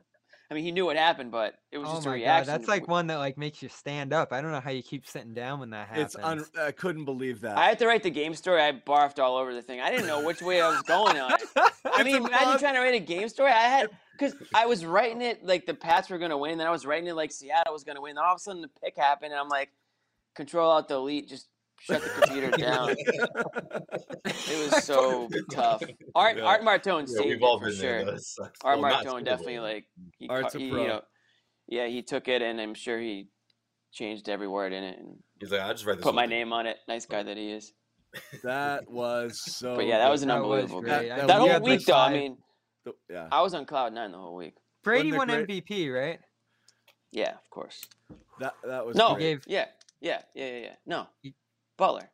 B: I mean he knew what happened, but it was
C: Oh
B: just a
C: my god,
B: reaction.
C: that's like one that like makes you stand up. I don't know how you keep sitting down when that happens.
A: It's un- I couldn't believe that.
B: I had to write the game story. I barfed all over the thing. I didn't know which way I was going on it. I
A: It's
B: mean,
A: above-
B: imagine trying to write a game story. I had because I was writing it like the Pats were gonna win, then I was writing it like Seattle was gonna win. Then all of a sudden the pick happened, and I'm like, Control Alt Delete, just shut the computer down. It was so tough. Art
E: Yeah.
B: Art Martone
E: Yeah,
B: saved
E: we've
B: it
E: all
B: for
E: been there.
B: sure.
E: though. It sucks.
B: Art
E: Well, not
B: Martone
E: Super
B: definitely
E: Bowl.
B: like he,
A: Art's
B: cut-
A: a
B: he,
A: pro.
B: you know yeah he took it and I'm sure he changed every word in it and
E: He's like, I just read this.
B: put
E: whole
B: my
E: thing."
B: name on it. Nice guy that he is.
A: that was so.
B: But yeah, that was an
C: that was
B: unbelievable
C: great.
B: game.
C: I
A: think
B: That,
A: we
B: whole
A: had the
B: week though, I
C: five-
B: mean,
A: good. yeah.
B: I was on cloud nine the whole week.
C: Brady
A: the
C: won
A: great-
C: MVP, right?
B: Yeah, of course.
A: That that was
B: No,
A: great.
C: Gave-
B: yeah, yeah, yeah, yeah, yeah. No,
C: He-
B: Butler.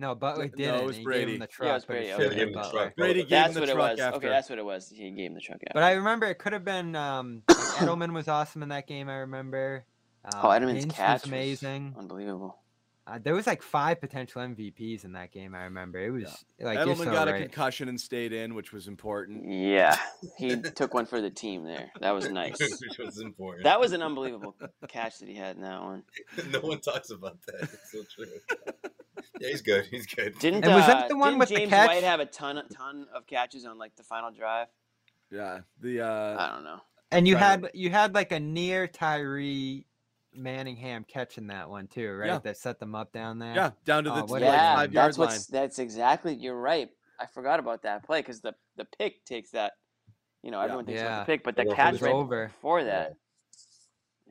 C: No, Butler
A: Th- no,
C: didn't.
A: it was
C: he Gave
A: Brady.
C: him the
B: Yeah, it was
C: truck, but it
B: Brady,
C: should've
B: okay.
C: been
E: Gave him the
C: Butler.
E: truck.
A: Brady
E: Well,
A: gave
B: That's
A: him the
B: what it
A: truck
B: was.
A: after.
B: Okay, that's what it was. He gave him the truck.
C: But
B: Yeah.
C: I remember it could have been um, Edelman was awesome in that game. I remember Um,
B: Oh, Edelman's
C: Hinch
B: catch
C: was amazing.
B: unbelievable.
C: Uh, there was like five potential MVPs in that game. I remember it was like you're
A: Edelman
C: so
A: got a
C: right.
A: concussion and stayed in, which was important.
B: Yeah, he took one for the team there. That was nice.
E: which was important.
B: That was an unbelievable catch that he had in that one.
E: no one talks about that. It's so true. yeah, he's good. He's good.
B: Didn't
C: And was that
B: uh,
C: the one
B: didn't
C: with the
B: James
C: catch?
B: White have a ton, a ton of catches on like the final drive?
A: Yeah, the uh,
B: I don't know.
C: and you
A: Right.
C: had you had like a near Tyree Manningham catching that one too, right?
A: Yeah.
C: That set them up down there.
A: yeah, down to the
C: Oh, what
A: like,
C: a Yeah,
A: five yard
B: that's
A: line.
B: what's that's exactly. You're right. I forgot about that play because the the pick takes that. You know, everyone thinks about
C: Yeah.
B: the pick, but the
E: Well, it
B: catch
E: was
B: right
C: over.
B: before that.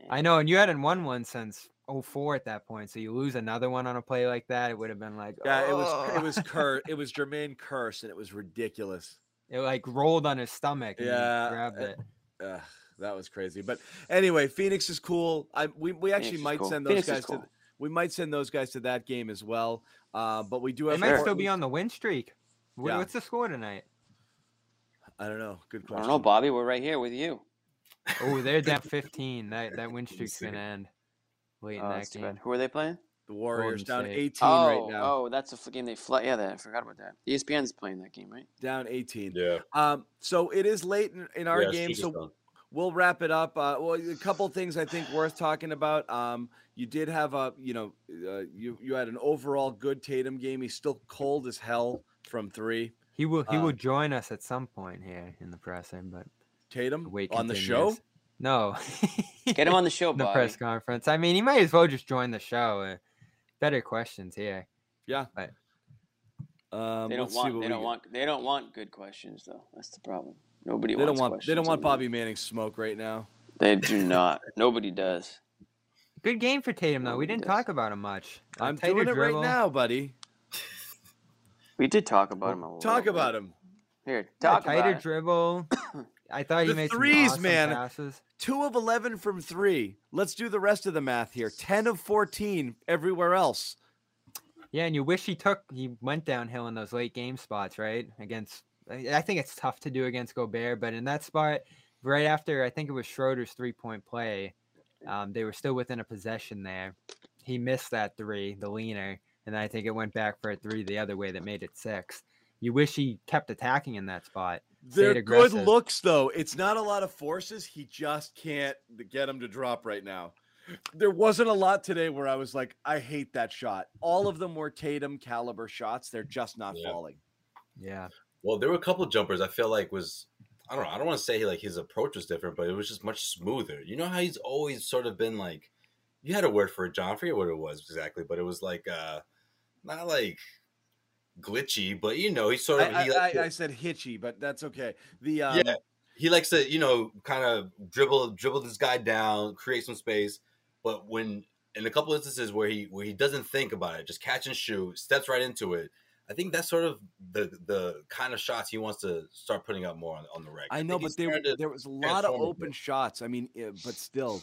C: I know, and you hadn't won one since 04 at that point. So you lose another one on a play like that, it would have been like
A: Yeah, it was
C: "Oh."
A: it was cur it was Jermaine Curse, and it was ridiculous.
C: It like rolled on his stomach. And yeah,
A: Yeah,
C: grabbed
A: uh,
C: it.
A: Ugh, that was crazy. But anyway, Phoenix is cool. I we, we
B: Phoenix
A: actually
B: is
A: might
B: cool.
A: send those
B: Phoenix is
A: guys
B: cool.
A: to we might send those guys to that game as well. Uh, but we do
C: They
A: have
C: might still
A: Portland-
C: be on the win streak. What,
A: Yeah.
C: What's the score tonight?
A: I don't know. Good
B: I
A: question.
B: don't know, Bobby. We're right here with you.
C: Oh, they're down 15. That that win streak's
E: see.
C: gonna end late
B: Oh,
C: in
B: that's
C: that
B: too
C: game.
B: bad. Who are they playing?
A: The Warriors down
C: Golden State.
A: 18
B: oh,
A: right now.
B: oh, that's a fl- game they fly. Yeah, that, I forgot about that. E ESPN's playing that game, right?
A: Down 18.
E: Yeah.
A: Um, so it is late in, in our
E: yeah,
A: game.
E: streak is
A: So
E: gone.
A: we'll wrap it up. Uh, well, a couple things I think worth talking about. Um, you did have a, you know, uh, you you had an overall good Tatum game. He's still cold as hell from three.
C: He will he
A: Uh,
C: will join us at some point here in the pressing, but the
A: Tatum
C: wait
A: on the show.
C: continues. No,
B: Get him on the show,
C: the
B: Bobby.
C: press conference. I mean, he might as well just join the show. Uh, better questions here.
A: Yeah.
C: But-
A: Um,
B: they don't
A: let's see
B: want.
A: what
B: They
A: we
B: don't
A: get.
B: want. They don't want good questions, though. That's the problem. Nobody
A: They don't
B: wants.
A: want. They don't
B: questions
A: want
B: anymore.
A: Bobby Manning smoke right now.
B: They do not. Nobody does.
C: Good game for Tatum though. We
B: Nobody
C: didn't
B: does.
C: talk about him much. A
A: Oh, I'm
C: tighter
A: doing it right
C: dribble.
A: now, buddy.
B: We did talk about him a little.
A: Talk
B: bit.
A: about him.
B: Here,
C: Yeah,
B: talk
C: tighter
B: about it.
C: dribble. I thought he
A: The
C: made some
A: threes,
C: awesome
A: man.
C: passes.
A: Two of eleven from three. Let's do the rest of the math here. Ten of fourteen everywhere else.
C: Yeah, and you wish he took he went downhill in those late game spots, right? Against I I think it's tough to do against Gobert, but in that spot, right after I think it was Schroeder's three point play, um, they were still within a possession there. He missed that three, the leaner, and I think it went back for a three the other way that made it six. You wish he kept attacking in that spot. Stayed
A: They're good
C: aggressive.
A: looks, though. It's not a lot of forces. He just can't get him to drop right now. There wasn't a lot today where I was like, I hate that shot. All of them were Tatum caliber shots. They're just not
E: Yeah.
A: falling.
C: Yeah.
E: Well, there were a couple jumpers I feel like was I don't know, I don't want to say like his approach was different, but it was just much smoother. You know how he's always sort of been like you had a word for it, John, I forget what it was exactly, but it was like uh not like glitchy, but you know, he sort of
A: I,
E: he,
A: I-
E: like,
A: I- I said hitchy, but that's okay. The um,
E: Yeah. he likes to, you know, kind of dribble dribble this guy down, create some space. But when in a couple instances where he where he doesn't think about it, just catch and shoot, steps right into it. I think that's sort of the the kind of shots he wants to start putting up more on, on the rec.
A: I know,
E: think he's
A: but there
E: trying to-
A: there was a lot of
E: transform him.
A: open shots. I mean, yeah, but still,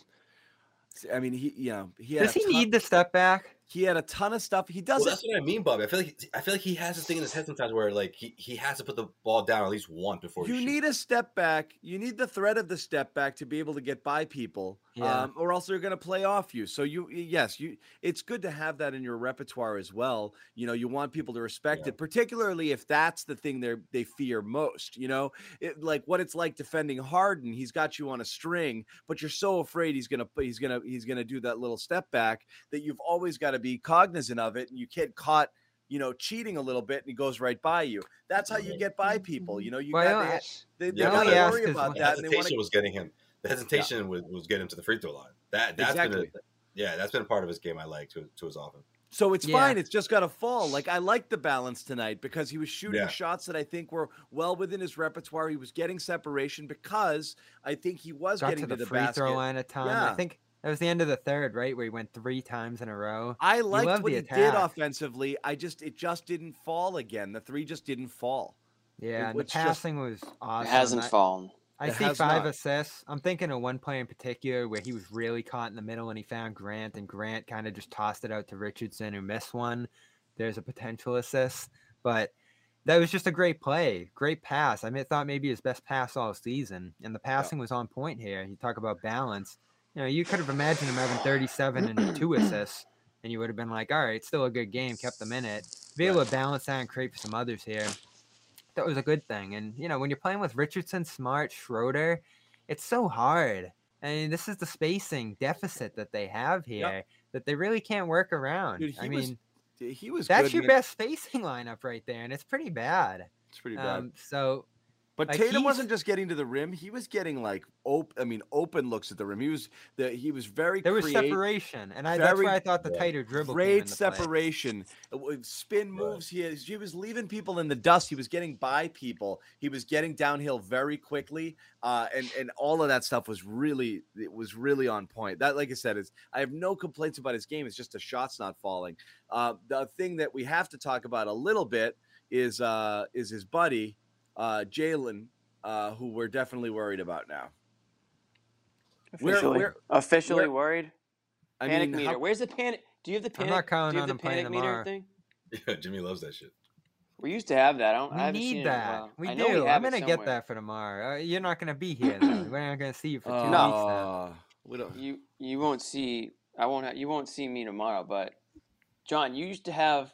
A: s- I mean, he you know he had
C: Does
A: a
C: he
A: ton,
C: need the step back?
A: he had a ton of stuff. He
E: Well,
A: doesn't.
E: that's what I mean, Bob. I feel like I feel like he has this thing in his head sometimes where like he, he has to put the ball down at least once before
A: you
E: he shoots.
A: need a step back. You need the threat of the step back to be able to get by people,
C: Yeah.
A: um, or else they're going to play off you. So you, yes, you. It's good to have that in your repertoire as well. You know, you want people to respect
E: Yeah.
A: it, particularly if that's the thing they are they fear most. You know, it, like what it's like defending Harden. He's got you on a string, but you're so afraid he's gonna he's gonna he's gonna do that little step back that you've always got to be cognizant of it, and you get caught. You know, cheating a little bit, and he goes right by you. That's how you
E: Right.
A: get by people. You know, you
C: Well,
A: got
C: I-
A: the they, they
E: Yeah,
A: gotta
C: but-
A: worry
C: Yeah.
A: about
C: The
E: The
A: that. And they
E: hesitation
A: want to,
E: was getting him. The hesitation was, was getting him to the free throw line. That that's been
A: Exactly.
E: a, yeah, that's been a part of his game I like to to his offense.
A: so it's
C: Yeah.
A: fine. It's just got to fall. Like I like the balance tonight because he was shooting
E: Yeah.
A: shots that I think were well within his repertoire. He was getting separation because I think he was
C: Got
A: getting
C: to
A: to
C: the,
A: the
C: free
A: basket.
C: throw line a ton. I
A: Yeah.
C: think that was the end of the third, right? Where he went three times in a row.
A: I
C: love
A: liked what
C: the
A: he did
C: attack.
A: offensively. I just it just didn't fall again. The three just didn't fall.
C: Yeah, and the
A: was just-
C: passing was awesome.
B: It hasn't
C: I-
B: fallen.
C: I
A: It
C: see
A: has
C: five
A: not.
C: assists. I'm thinking of one play in particular where he was really caught in the middle and he found Grant, and Grant kind of just tossed it out to Richardson, who missed one. There's a potential assist, but that was just a great play, great pass. I mean, I thought maybe his best pass all season, and the passing was on point here. You talk about balance. You know, you could have imagined him having 37 and two assists, and you would have been like, all right, still a good game, kept them in it. Be able to balance that and create for some others here. That was a good thing. And, you know, when you're playing with Richardson, Smart, Schroeder, it's so hard. And this is the spacing deficit that they have here that they really can't work around.
A: Dude, he
C: I mean,
A: was He was
C: that's
A: good,
C: your
A: man.
C: best spacing lineup right there, and it's pretty bad.
A: It's pretty bad.
C: Um, so
A: But
C: Like,
A: Tatum
C: he's-
A: wasn't just getting to the rim; he was getting like open. I mean, open looks at the rim. He was the he was very
C: there was
A: creative,
C: separation, and I, that's where
A: very
C: I thought the tighter dribble. came
A: great
C: into play.
A: separation, uh, w- spin moves. He is, he was leaving people in the dust. He was getting by people. He was getting downhill very quickly, uh, and and all of that stuff was really it was really on point. That, like I said, is I have no complaints about his game. It's just the shots not falling. Uh, the thing that we have to talk about a little bit is uh, is his buddy uh, Jalen, uh, who we're definitely worried about now. We're-
B: Officially,
A: we're-
B: officially
A: we're-
B: worried.
A: I
B: panic
A: mean,
B: meter.
A: how-
B: Where's the panic? Do you have the panic?
C: uh, not counting
B: do you
C: on
B: have
C: him
B: the
C: playing
B: panic meter
C: tomorrow.
B: thing?
E: Yeah, Jimmy loves that shit.
B: We used to have that. I don't.
C: We
B: I haven't seen
C: need
B: it in a
C: that.
B: while.
C: We
B: I know
C: do.
B: We
C: I'm
B: have it
C: gonna get
B: somewhere.
C: that for tomorrow. Uh, You're not gonna be here. though. We're not gonna see you for two
A: Uh,
C: weeks. Now.
A: we don't.
B: You you won't see. I won't. Ha- you won't see me tomorrow. But John, you used to have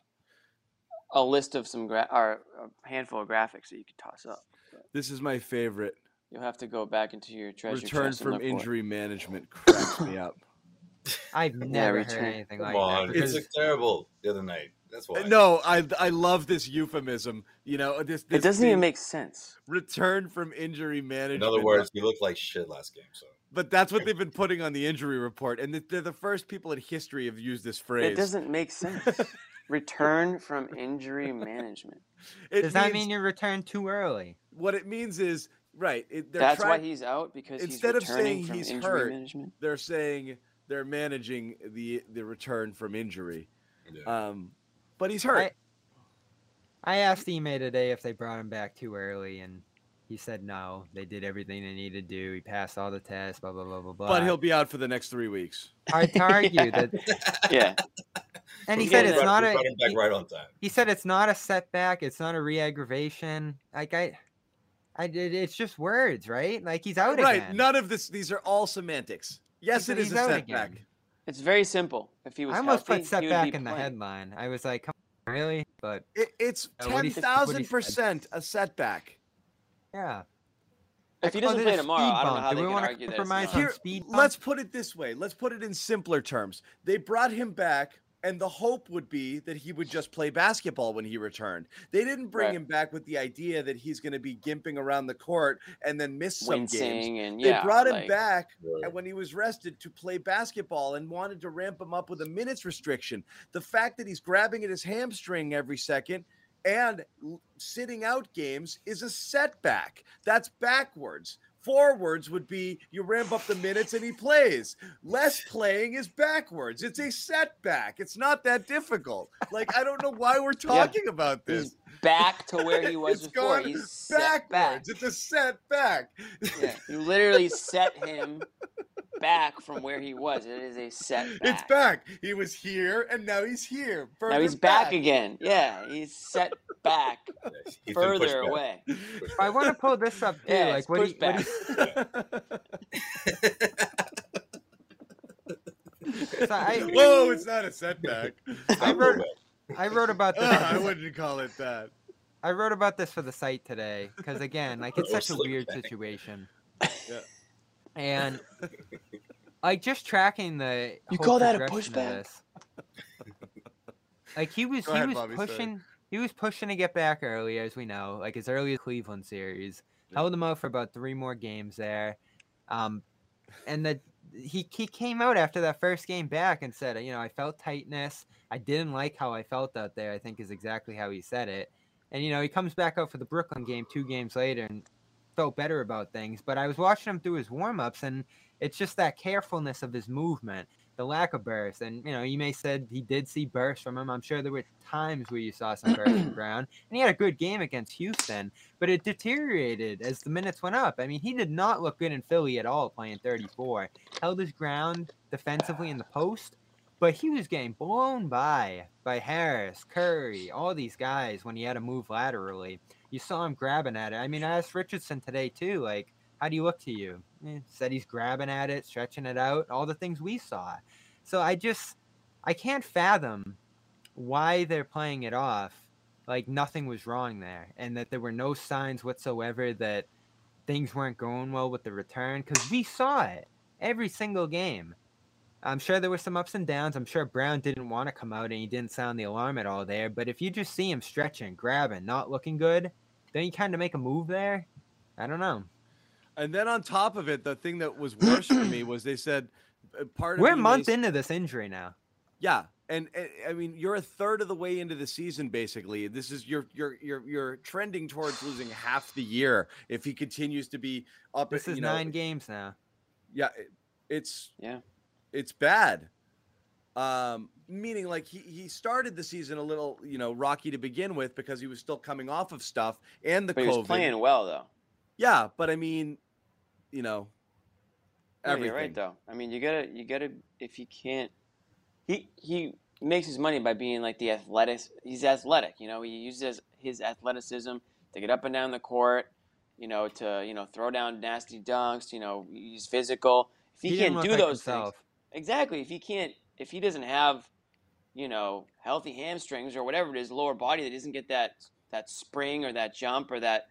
B: a list of some gra- or a handful of graphics that you could toss up.
A: This is my favorite.
B: You'll have to go back into your treasure
A: Return
B: chest and
A: from
B: look for it.
A: injury management cracks me up.
C: I've never heard
B: return.
C: anything
E: Come
C: like
E: on,
C: that.
E: it
C: Because,
E: looked terrible the other night. That's why.
A: No, I I love this euphemism. You know this. this
B: It doesn't
A: thing,
B: even make sense.
A: return from injury
E: In
A: management.
E: other words, he looked like shit last game. So
A: but that's what they've been putting on the injury report, and th- they're the first people in history have used this phrase.
B: It doesn't make sense. Return from injury management.
A: It
C: does that
A: means-
C: mean you return too early?
A: what it means is right? It, they're
B: That's why
A: trying-
B: he's out because
A: instead of
B: he's returning
A: saying
B: from
A: he's
B: injury
A: hurt,
B: management.
A: they're saying they're managing the the return from injury.
E: yeah.
A: Um, but he's hurt.
C: I asked Ime today if they brought him back too early, and he said no. They did everything they needed to do. He passed all the tests. Blah blah blah blah blah.
A: but he'll be out for the next three weeks.
C: Hard to argue that
B: Yeah.
C: And he
B: We
C: said
B: brought
C: it's
B: him-
C: not
E: we
C: a.
E: brought him back
C: he-
E: right on time.
C: He said it's not a setback. It's not a reaggravation. Like I, I did. It's just words, right? Like he's out
A: right.
C: again.
A: None of this. These are all semantics. Yes,
C: said
A: it is
C: he's
A: a
C: out
A: setback.
C: again.
B: It's very simple. If he was
C: I almost
B: healthy,
C: put
B: he would be
C: setback in the
B: playing.
C: headline. I was like, come on, really? But
A: It, it's
C: Uh, what
A: ten
C: he said- what he
A: thousand
C: said.
A: percent a setback.
C: yeah.
B: If he
C: Like, oh,
B: doesn't
C: there's
B: play
C: a
B: tomorrow,
C: speed
B: I don't know
C: bump.
B: how
C: Do
B: they
C: we
B: can
C: wanna
B: argue that.
C: compromise
B: it's
C: him?
B: not.
A: Here,
C: speed bump?
A: let's put it this way. Let's put it in simpler terms. They brought him back, and the hope would be that he would just play basketball when he returned. They didn't bring
B: Right.
A: him back with the idea that he's going to be gimping around the court and then miss some games.
B: wincing and
A: They
B: yeah,
A: brought him
B: like,
A: back
E: Right.
C: Uh,
A: and when he was rested to play basketball and wanted to ramp him up with a minutes restriction. The fact that he's grabbing at his hamstring every second and l- sitting out games is a setback. That's backwards. Forwards would be you ramp up the minutes and he plays. Less playing is backwards. It's a setback. It's not that difficult. Like I don't know why we're talking about this.
B: He's back to where he was
A: It's
B: before.
A: gone
B: He's set
A: backwards.
B: back.
A: It's a setback.
B: Yeah, you literally set him back from where he was. It is a setback.
A: It's back. He was here and now he's here.
B: Now
A: Further
B: he's back, again. Yeah, he's set back
E: He's been pushed
B: further
E: back.
B: away.
E: Pushed
C: I
E: back.
C: want to pull this up too.
B: Yeah,
C: like
B: it's
C: what do, you,
B: pushed
C: what do
B: back.
C: you- so I,
A: Whoa, it's not a setback.
C: I wrote. I wrote about
A: Ugh,
C: this.
A: I wouldn't call it that.
C: I wrote about this for the site today because again, like it's
E: Or
C: such a
E: slick
C: weird
E: back.
C: situation.
A: Yeah.
C: And like just tracking the
B: You
C: whole
B: call that a
C: progression of
B: pushback?
C: this, Like he was
A: Go
C: he
A: ahead,
C: was
A: Bobby, sorry.
C: pushing he was pushing to get back early as we know, like as early as Cleveland series. Held him out for about three more games there. Um and the he, he came out after that first game back and said, you know, I felt tightness. I didn't like how I felt out there, I think is exactly how he said it. And you know, he comes back out for the Brooklyn game two games later and felt better about things. But I was watching him through his warm ups and it's just that carefulness of his movement, the lack of burst. And you know, you may said he did see bursts from him. I'm sure there were times where you saw some bursts from Brown. And he had a good game against Houston, but it deteriorated as the minutes went up. I mean, he did not look good in Philly at all playing 34. Held his ground defensively in the post. But he was getting blown by by Harris, Curry, all these guys when he had to move laterally. You saw him grabbing at it. I mean, I asked Richardson today too, like, How do you look to you? Eh, said he's grabbing at it, stretching it out, all the things we saw. So I just, I can't fathom why they're playing it off like nothing was wrong there and that there were no signs whatsoever that things weren't going well with the return because we saw it every single game. I'm sure there were some ups and downs. I'm sure Brown didn't want to come out and he didn't sound the alarm at all there. But if you just see him stretching, grabbing, not looking good, then you kind of make a move there. I don't know.
A: And then on top of it, the thing that was worse for me was they said uh, part of
C: We're a
A: Ime's-
C: month into this injury now.
A: Yeah, and, and I mean you're a third of the way into the season basically. This is you're you're you're you're trending towards losing half the year if he continues to be up.
C: This
A: at-
C: is
A: you know,
C: nine games now.
A: Yeah, it- it's
B: Yeah.
A: it's bad. Um, meaning like he he started the season a little you know rocky to begin with because he was still coming off of stuff and the
B: But he
A: COVID.
B: was playing well though.
A: Yeah, but I mean, you know,
B: No,
A: everything.
B: you're right though. I mean, you gotta, you gotta. If he can't, he he makes his money by being like the athletic. He's athletic, you know. He uses his athleticism to get up and down the court, you know, to you know throw down nasty dunks. You know, he's physical. If he,
C: didn't
B: can't
C: look
B: do
C: like
B: those
C: himself.
B: things, exactly. If he can't, if he doesn't have, you know, healthy hamstrings or whatever it is, lower body that doesn't get that that spring or that jump or that,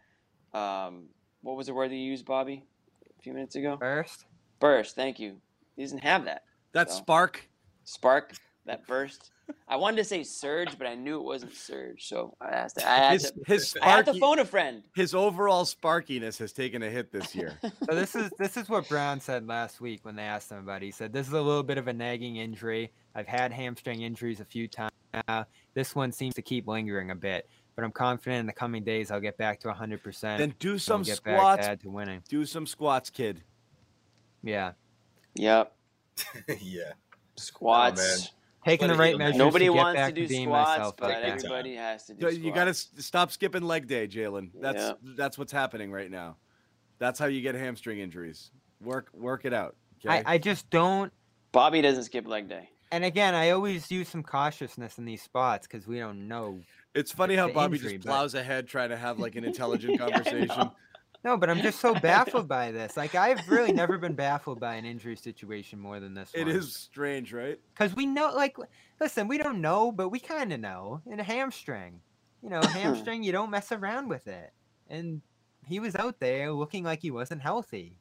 B: um, what was the word that you used, Bobby, a few minutes ago?
C: First,
B: burst. Thank you. He doesn't have that
A: That
B: So-
A: spark.
B: spark, that burst. I wanted to say surge, but I knew it wasn't surge, so I asked. I had
A: His
B: to,
A: his
B: I had to
A: sparky,
B: phone a friend.
A: his overall sparkiness has taken a hit this year.
C: so this is this is what Brown said last week when they asked him about it. He said, This is a little bit of a nagging injury. I've had hamstring injuries a few times now. This one seems to keep lingering a bit, but I'm confident in the coming days I'll get back to 100%.
A: then
C: and
A: do
C: we'll
A: some
C: get
A: squats.
C: Back to add to winning.
A: Do some squats, kid.
C: Yeah.
B: Yep,
E: yeah.
B: squats.
C: Taking
E: But
C: the
E: he-
C: right measures.
B: Nobody
C: to get
B: wants to
C: back
B: do
C: being
B: squats,
C: myself
B: but
C: out there.
E: every-
B: everybody has to do.
A: So You
B: squats.
A: got to stop skipping leg day, Jalen. That's that's what's happening right now. That's how you get hamstring injuries. Work work it out. Okay.
C: I, I just don't.
B: Bobby doesn't skip leg day.
C: And again, I always use some cautiousness in these spots because we don't know.
A: it's funny how
C: the
A: Bobby
C: injury,
A: just
C: but-
A: plows ahead trying to have like an intelligent
B: Yeah, I know.
A: conversation.
C: No, but I'm just so baffled by this. Like I've really never been baffled by an injury situation more than this.
A: it is strange, right?
C: because we know. Like, listen, we don't know, but we kind of know. In a hamstring, you know, hamstring, you don't mess around with it. And he was out there looking like he wasn't healthy.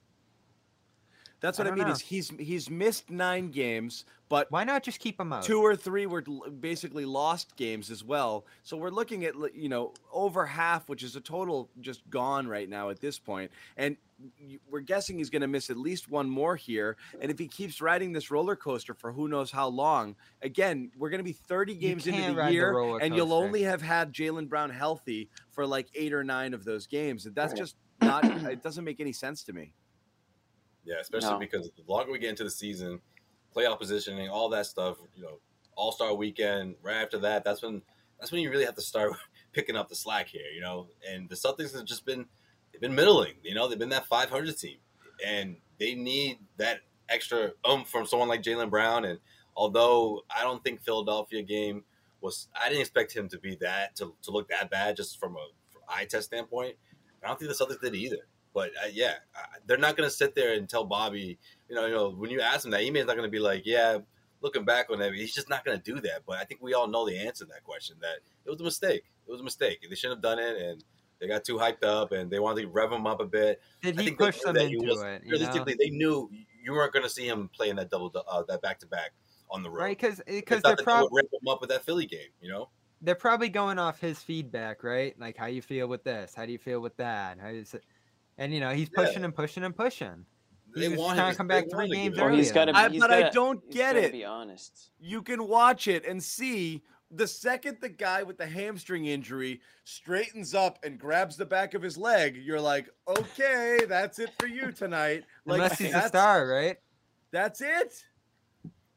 A: That's what
C: I
A: I,
C: don't
A: mean.
C: know.
A: Is he's he's missed nine games, but
C: Why not just keep him out?
A: two or three were l- basically lost games as well. So we're looking at li- you know over half, which is a total just gone right now at this point. And y- we're guessing he's going to miss at least one more here. And if he keeps riding this roller coaster for who knows how long, again, we're going to be 30 games into
C: can't
A: the
C: ride the
A: year,
C: roller
A: and you'll
C: coaster.
A: only have had Jalen Brown healthy for like eight or nine of those games. And that's just not. It doesn't make any sense to me.
E: Yeah, especially
B: No.
E: because the longer we get into the season, playoff positioning, all that stuff, you know, All Star Weekend. Right after that, that's when that's when you really have to start picking up the slack here, you know. And the Celtics have just been they've been middling, you know, they've been that 500 team, and they need that extra oomph from someone like Jalen Brown. And although I don't think Philadelphia game was, I didn't expect him to be that to, to look that bad just from a from eye test standpoint. I don't think the Celtics did either. But uh, yeah, uh, they're not going to sit there and tell Bobby, you know, you know, when you ask him that, Eman's not going to be like, yeah, looking back on that, he's just not going to do that. But I think we all know the answer to that question that it was a mistake. It was a mistake. They shouldn't have done it, and they got too hyped up, and they wanted to rev him up a bit.
C: Did
E: I
C: he
E: think they
C: push
E: knew
C: them
E: that he
C: into
E: was-
C: it? You know?
E: Realistically, they knew you weren't going to see him playing that double, uh, that back to back on the road.
C: Right, because because
E: Because
C: they're
E: that they
C: probably
E: would ramp him up with that Philly game, you know.
C: they're probably going off his feedback, right? Like how you feel with this, how do you feel with that, how is it? And you know he's
E: Yeah.
C: pushing and pushing and pushing. He
E: They
C: was
E: want
C: trying
E: him
C: to come
E: they
C: back
E: want
C: three
E: to give
C: games
E: it
B: Or
C: early.
E: up.
B: he's got to.
C: though.
A: I- but I don't get it.
B: Be honest.
A: you can watch it and see the second the guy with the hamstring injury straightens up and grabs the back of his leg, you're like, okay, that's it for you tonight. Like,
C: Unless he's a
A: that's-
C: star, right?
A: That's it.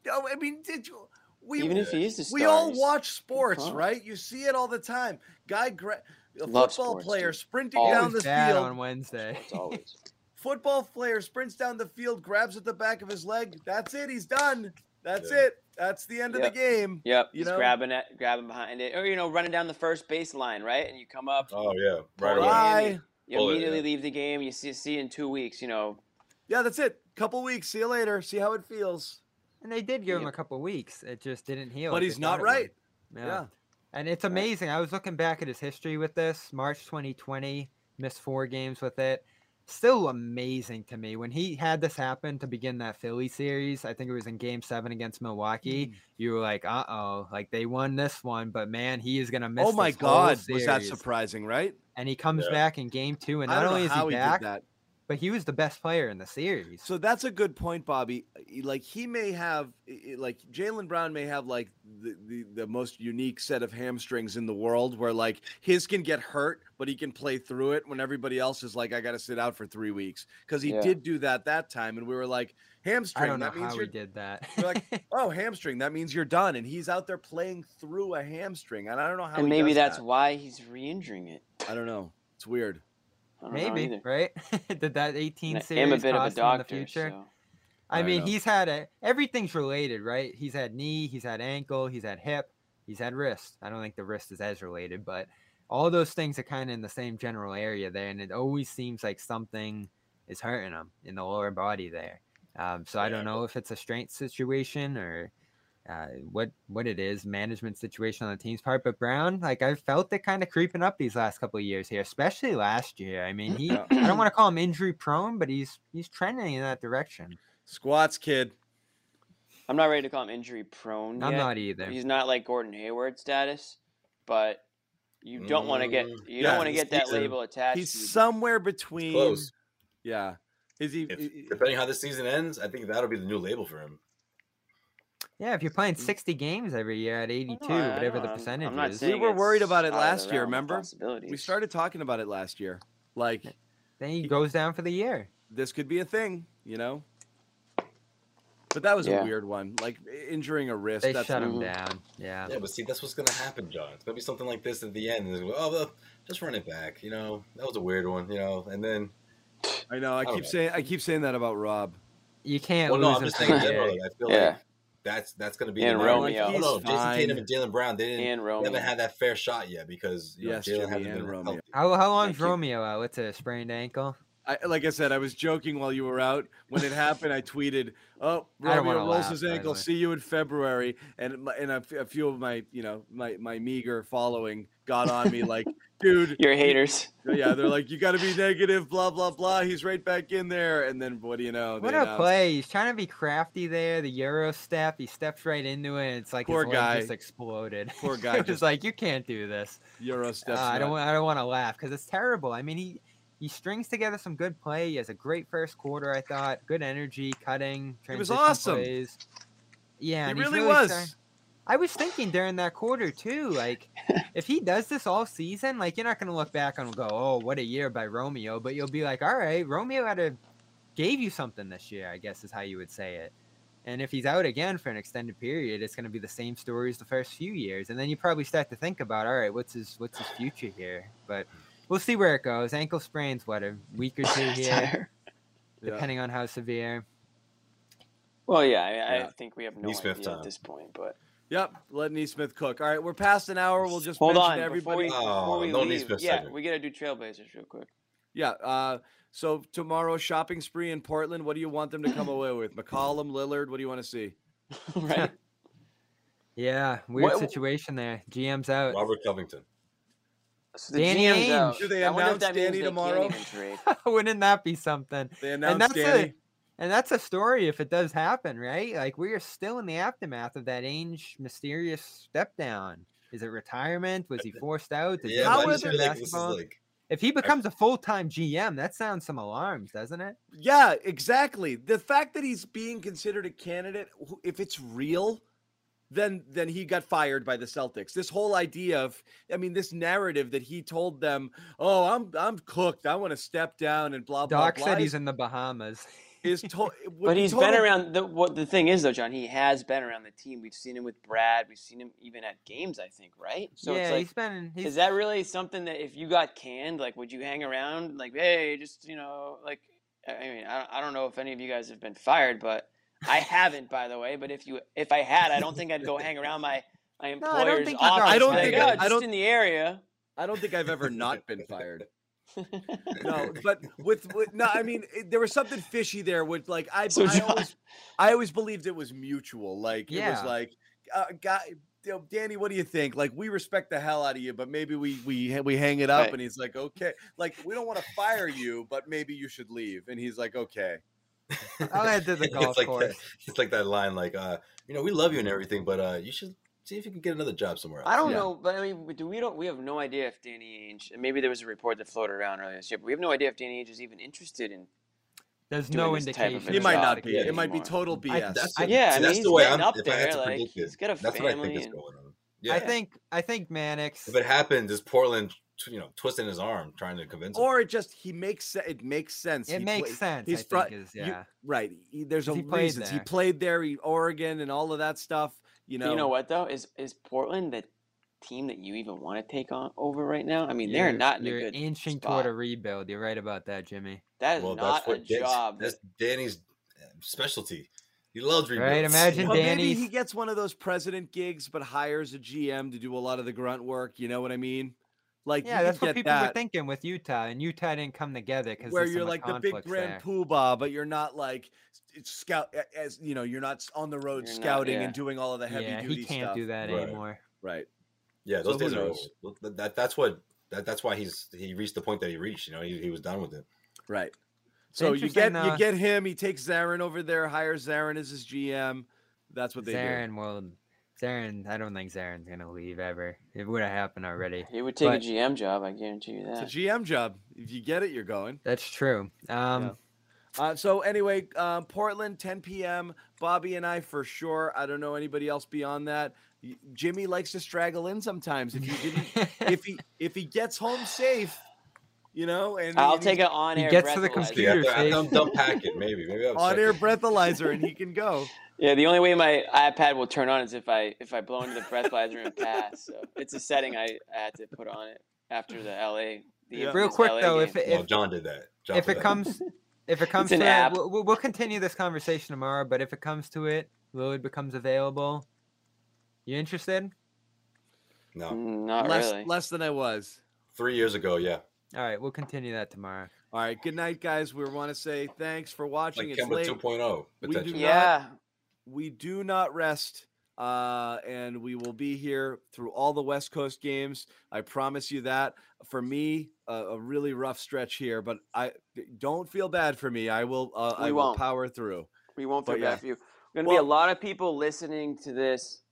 A: No, I mean, did you? We
B: Even if he is the star,
A: we all
B: he's-
A: watch sports,
B: fine.
A: right? You see it all the time. Guy, gra- a football
B: Love sports,
A: player
B: dude.
A: sprinting
B: Always
A: down
C: He was
A: the
C: bad
A: field.
C: on Wednesday.
B: It's always.
A: football player sprints down the field, grabs at the back of his leg. That's it. He's done. That's
E: Yeah.
A: it. That's the end
B: Yep.
A: of the game.
B: Yep,
A: You
B: he's
A: know?
B: grabbing it, grabbing behind it, or you know, running down the first baseline, right? And you come up,
E: Oh yeah, right
B: Bobby
E: away.
A: Bye.
B: Hammy. You
E: Oh, yeah,
B: immediately
E: yeah.
B: leave the game. You see, see in two weeks. You know,
A: Yeah, that's it. Couple weeks. See you later. See how it feels.
C: And they did give him
B: Yeah.
C: a couple weeks. It just didn't heal.
A: But
C: like
A: he's
C: they
A: not
C: thought it would.
A: right.
C: Yeah.
A: Yeah.
C: And it's amazing. I was looking back at his history with this. March 2020, missed four games with it. Still amazing to me. When he had this happen to begin that Philly series, I think it was in game seven against Milwaukee,
A: Hmm.
C: you were like, uh oh, like they won this one, but man, he is going to miss
A: Oh my
C: this whole
A: God, was that
C: series."
A: surprising? Right?
C: And he comes
E: Yeah.
C: back in game two, and
A: I
C: not
A: don't
C: only
A: know
C: is
A: how
C: he
A: he
C: back,
A: did that.
C: but he was the best player in the series.
A: So that's a good point, Bobby. Uh, Like he may have, i- i- like Jalen Brown may have like the, the the most unique set of hamstrings in the world, where like his can get hurt, but he can play through it. When everybody else is like, I got to sit out for three weeks, because he
B: Yeah.
A: did do that that time, and we were like, hamstring.
C: I don't know
A: that means
C: how
A: you're
C: he did that.
A: you're like- oh hamstring. That means you're done, and he's out there playing through a hamstring, and I don't know how.
B: and
A: he
B: maybe
A: does
B: that's
A: that.
B: why he's re-injuring it.
A: I don't know. It's weird.
B: I don't know
C: Maybe
B: either.
C: right? Did that
B: And
C: 18
B: I am a
C: series
B: bit
C: cost
B: of a
C: him in the
B: doctor.
C: future?
B: So.
C: I,
A: I
C: mean,
A: know.
C: he's had a, everything's related, right? He's had knee, he's had ankle, he's had hip, he's had wrist. I don't think the wrist is as related, but all those things are kind of in the same general area there, and it always seems like something is hurting him in the lower body there. Um, so I don't
E: Yeah.
C: know if it's a strength situation or uh, what what it is, management situation on the team's part. But Brown, like I've felt it kind of creeping up these last couple of years here, especially last year. I mean, he
A: Yeah.
C: I don't want to call him injury prone, but he's he's trending in that direction.
A: Squats, kid.
B: I'm not ready to call him injury prone.
C: I'm
B: yet.
C: not either.
B: He's not like Gordon Hayward status, but you don't want to get you
E: Mm,
B: don't
A: yeah,
B: want to
A: he's-
B: get that
A: he's a-
B: label attached.
A: He's
B: to you.
A: somewhere between.
E: Close.
A: Yeah. Is he?
E: If,
A: i- i-
E: depending how this season ends, I think that'll be the new label for him.
C: yeah, if you're playing 60 games every year at 82,
B: I know, I
C: whatever
B: know,
C: the
B: I'm-
C: percentage
B: I'm not
C: is,
B: saying
A: were
B: it's
A: worried about it
B: out of the
A: last year,
B: realm of
A: remember? we
B: possibilities.
A: started talking about it last year. Like
C: then he goes down for the year.
A: this could be a thing, you know. But that was
B: Yeah.
A: a weird one. Like i- injuring a wrist.
C: They
A: that's
C: shut him
B: Mhm.
C: down. Yeah.
E: Yeah, but see, that's what's gonna happen, John. It's gonna be something like this at the end. And it's gonna be, oh, well, just run it back. You know, that was a weird one. You know, and then
A: I know. I
E: don't
A: keep
E: know.
A: saying. I keep saying that about Rob.
C: You can't
E: well,
C: lose
E: no, I'm
C: him
E: just
C: for
E: saying in
C: the
E: general.
C: year.
E: Like, I feel
B: Yeah.
E: like that's that's gonna be
B: And
E: the narrative.
B: Romeo.
E: Oh, no,
A: He's
E: Jason Tatum
A: fine.
E: and Jalen Brown. They didn't.
B: And
E: They
B: Romeo.
E: haven't had that fair shot yet because you know,
A: Yes,
E: Jalen
A: Jimmy
E: hasn't
A: and
E: been
A: Romeo.
E: healthy.
C: How, how long's
B: Thank you.
C: Romeo out with a sprained ankle?
A: I, like I said, I was joking while you were out. When it happened, I tweeted,
C: I
A: "Oh,
C: don't
A: Romeo
C: wanna
A: rolls
C: laugh,
A: his
C: by the
A: ankle.
C: way.
A: See you in February." And my, and a, f- a few of my, you know, my my meager following got on me like, "Dude,
B: You're haters.
A: yeah." They're like, "You got to be negative." Blah blah blah. He's right back in there. And then what do you know?
C: What
A: they
C: a
A: announced-
C: play. He's trying to be crafty there. The Euro step, he steps right into it. And it's like
A: Poor
C: his leg
A: guy.
C: just exploded.
A: Poor guy
C: it was
A: just-
C: like, you can't do this.
A: Euro steps.
C: Uh, I don't.
A: nut.
C: wa- I don't want to laugh because it's terrible. I mean, he he strings together some good play. He has a great first quarter. I thought good energy, cutting.
A: He
C: Transition
A: was awesome.
C: Plays. Yeah,
A: He
C: and he's
A: really
C: star-
A: was.
C: I was thinking during that quarter too, like if he does this all season, like you're not gonna look back and go, "Oh, what a year by Romeo," but you'll be like, "All right, Romeo had a gave you something this year," I guess is how you would say it. And if he's out again for an extended period, it's gonna be the same story as the first few years, and then you probably start to think about, "All right, what's his what's his future here?" But we'll see where it goes. Ankle sprains, what a week or two here,
B: Tire.
A: Yeah.
C: depending on how severe.
B: Well, yeah, I,
A: Yeah.
B: I think we have no
E: Neesmith
B: idea
E: time.
B: at this point, but
A: Yep, let Neesmith cook. All right, we're past an hour. We'll just
B: hold
A: mention
B: on. Before
A: everybody.
B: we, before
E: Oh,
B: we
E: no
B: leave,
E: Neesmith
B: yeah,
E: segment.
B: we gotta do Trailblazers real quick.
A: Yeah. Uh, so tomorrow, shopping spree in Portland. What do you want them to come away with? McCollum, Lillard. What do you want to see?
B: right?
C: Yeah, weird
B: What-
C: situation there. GM's out.
E: Robert Covington.
B: So the
C: Danny
B: GM's out.
C: Ainge.
A: Do they
B: I wonder if
A: announce
B: that means
A: Danny
B: they can't
A: tomorrow?
B: even trade.
C: Wouldn't that be something?
A: They announced
C: that's it.
A: Danny.
C: And that's a story if it does happen, right? Like we are still in the aftermath of that Ainge mysterious step down. Is it retirement? Was he forced out? Did
E: Yeah,
C: he
A: How
E: but I
C: play
A: is
E: just
A: it
E: feel like this is
C: basketball?
E: like
C: if he becomes a full time GM, that sounds some alarms, doesn't it?
A: Yeah, exactly. The fact that he's being considered a candidate, wh- if it's real, then then he got fired by the Celtics. This whole idea of, I mean, this narrative that he told them, "Oh, I'm I'm cooked. I want to step down," and blah blah
C: Doc
A: blah.
C: said he's
A: is-
C: in the Bahamas.
A: is to-
B: But
A: he's
B: he's been around. The, what the thing is, though, John, he has been around the team. We've seen him with Brad. We've seen him even at games. I think, right? So
C: yeah,
B: it's like,
C: he's been. He's,
B: is that really something that if you got canned, like, would you hang around? Like, hey, just you know, like, I I mean, I, don't- I don't know if any of you guys have been fired, but I haven't, by the way. But if you, if I had, I don't think I'd go hang around my my
C: No, I don't
B: employer's
C: think you-
B: office.
C: I
A: don't
B: like,
A: think I-
B: "Oh,
A: I
B: just
A: don't-
B: in the area.
A: I don't think I've ever not been fired. No, but with, with no, I mean it, there was something fishy there. With like I,
B: So
A: I
B: John-
A: always, I always believed it was mutual. Like it was
C: Yeah.
A: like, uh, guy, you know, Danny, what do you think? Like we respect the hell out of you, but maybe we we ha- we hang it up.
B: Right.
A: And he's like, okay, like we don't want to fire you, but maybe you should leave. And he's like, okay.
C: I'll head to the golf
E: it's like
C: course.
E: That, it's like that line, like, uh, you know, we love you and everything, but uh, you should see if you can get another job somewhere else.
B: I don't
A: Yeah.
B: know, but I mean, we- do we don't? We have no idea if Danny Ainge. and Maybe there was a report that floated around earlier this year, but we have no idea if Danny Ainge is even interested in.
C: There's
B: doing
C: no
B: this type of
C: indication.
A: He might
B: not
A: not
B: a
A: be.
B: kid
A: It might be
B: anymore.
A: total BS.
E: that's
C: I-
E: the-
B: yeah, I
E: see,
B: mean,
E: that's
B: he's
E: the way
B: getting
E: I'm.
B: up
E: if I had
B: there,
E: to
B: like,
E: predict
B: he's
E: it,
B: got a
E: that's what I think
B: family
E: is
B: and-
E: going on.
C: I
E: Yeah,
C: think I think Mannix.
E: if it happens, is Portland, tw- you know, twisting his arm trying to convince him?
A: or it just he makes se- it makes sense.
C: It
A: He
C: makes
A: play-
C: sense,
A: He's
C: I
A: fro-
C: think is-
A: you-
C: yeah.
A: right. He- there's a
C: He played
A: reasons he
C: there.
A: played there, he, Oregon, and all of that stuff. You
B: But
A: know,
B: You know what though? Is is Portland the team that you even want to take on over right now? I mean, they're
C: you're-
B: not in a
C: You're
B: good
C: inching
B: spot.
C: toward a rebuild. You're right about that, Jimmy.
B: That is not a
E: Dan's-
B: job.
E: That's
B: that-
E: Danny's uh, specialty. He loves rebuilds.
C: Right? Imagine
A: Or maybe
C: Danny's.
A: he gets one of those president gigs, but hires a GM to do a lot of the grunt work. You know what I mean? Like,
C: yeah,
A: you
C: that's
A: could
C: what
A: get
C: people were
A: that,
C: thinking with Utah, and Utah didn't come together because
A: Where you're like the big grand poobah, but you're not like s- it's scout a- as you know, you're not s- on the road
B: You're not-
A: scouting
B: yeah.
A: and doing all of the heavy
C: yeah,
A: duty
C: he can't
A: stuff.
C: do that
E: Right.
C: anymore.
A: Right.
E: Yeah, those
A: So who
E: days are over.
A: knows?
E: Th- th- That, that's what. That, that's why he's he reached the point that he reached. You know, he, he was done with it.
A: Right. So you
C: interesting,
A: get
C: uh,
A: you get him. He takes Zarin over there, hires Zarin as his GM. That's what they do.
C: Zarin will. Zarin, I don't think Zarin's gonna leave ever. It would have happened already.
B: he would take a
C: but-
B: GM job. I guarantee you that.
A: It's a GM job. If you get it, you're going.
C: That's true. Um,
A: Uh, so anyway, um, Portland, 10 p.m. Bobby and I for sure. I don't know anybody else beyond that. Y- Jimmy likes to straggle in sometimes. If he didn't, if he if he gets home safe, you know, and
B: I'll
A: and he's
B: take an on-air.
C: gets to the
B: breathalyzer.
C: computer.
E: Yeah, after,
C: Peter,
E: after I'm
C: Faith.
E: done packing, maybe maybe I'll
A: on
E: check
A: air
E: it.
A: breathalyzer and he can go.
B: Yeah, the only way my iPad will turn on is if I if I blow into the breathalyzer and pass. So it's a setting I, I had to put on it after the LA. The
A: Yeah.
C: Real
B: infamous
C: quick
B: LA
C: though, if
B: game.
C: it,
E: Well,
C: if,
E: John did that. John
C: if
E: did
C: it
E: that.
C: comes if it comes
B: an
C: to
B: app.
C: that, we'll, we'll- we'll continue this conversation tomorrow. But if it comes to it, Lillard becomes available. You interested?
E: no,
B: Mm, not
A: less
B: really.
A: less than I was.
E: three years ago, yeah.
C: All right, we'll continue that tomorrow.
A: All right. Good night, guys. We want to say thanks for watching.
E: Like
A: it's
E: Kemba
A: late.
E: 2.0
A: We do
E: potentially.
A: not-
B: yeah,
A: we do not rest uh, and we will be here through all the west coast games i promise you that for me a, a really rough stretch here but i don't feel bad for me i will uh, i
B: We
A: will
B: won't.
A: power through
B: we won't
A: But
B: feel
A: yeah.
B: bad for you. Going to be
A: Well-
B: a lot of people listening to this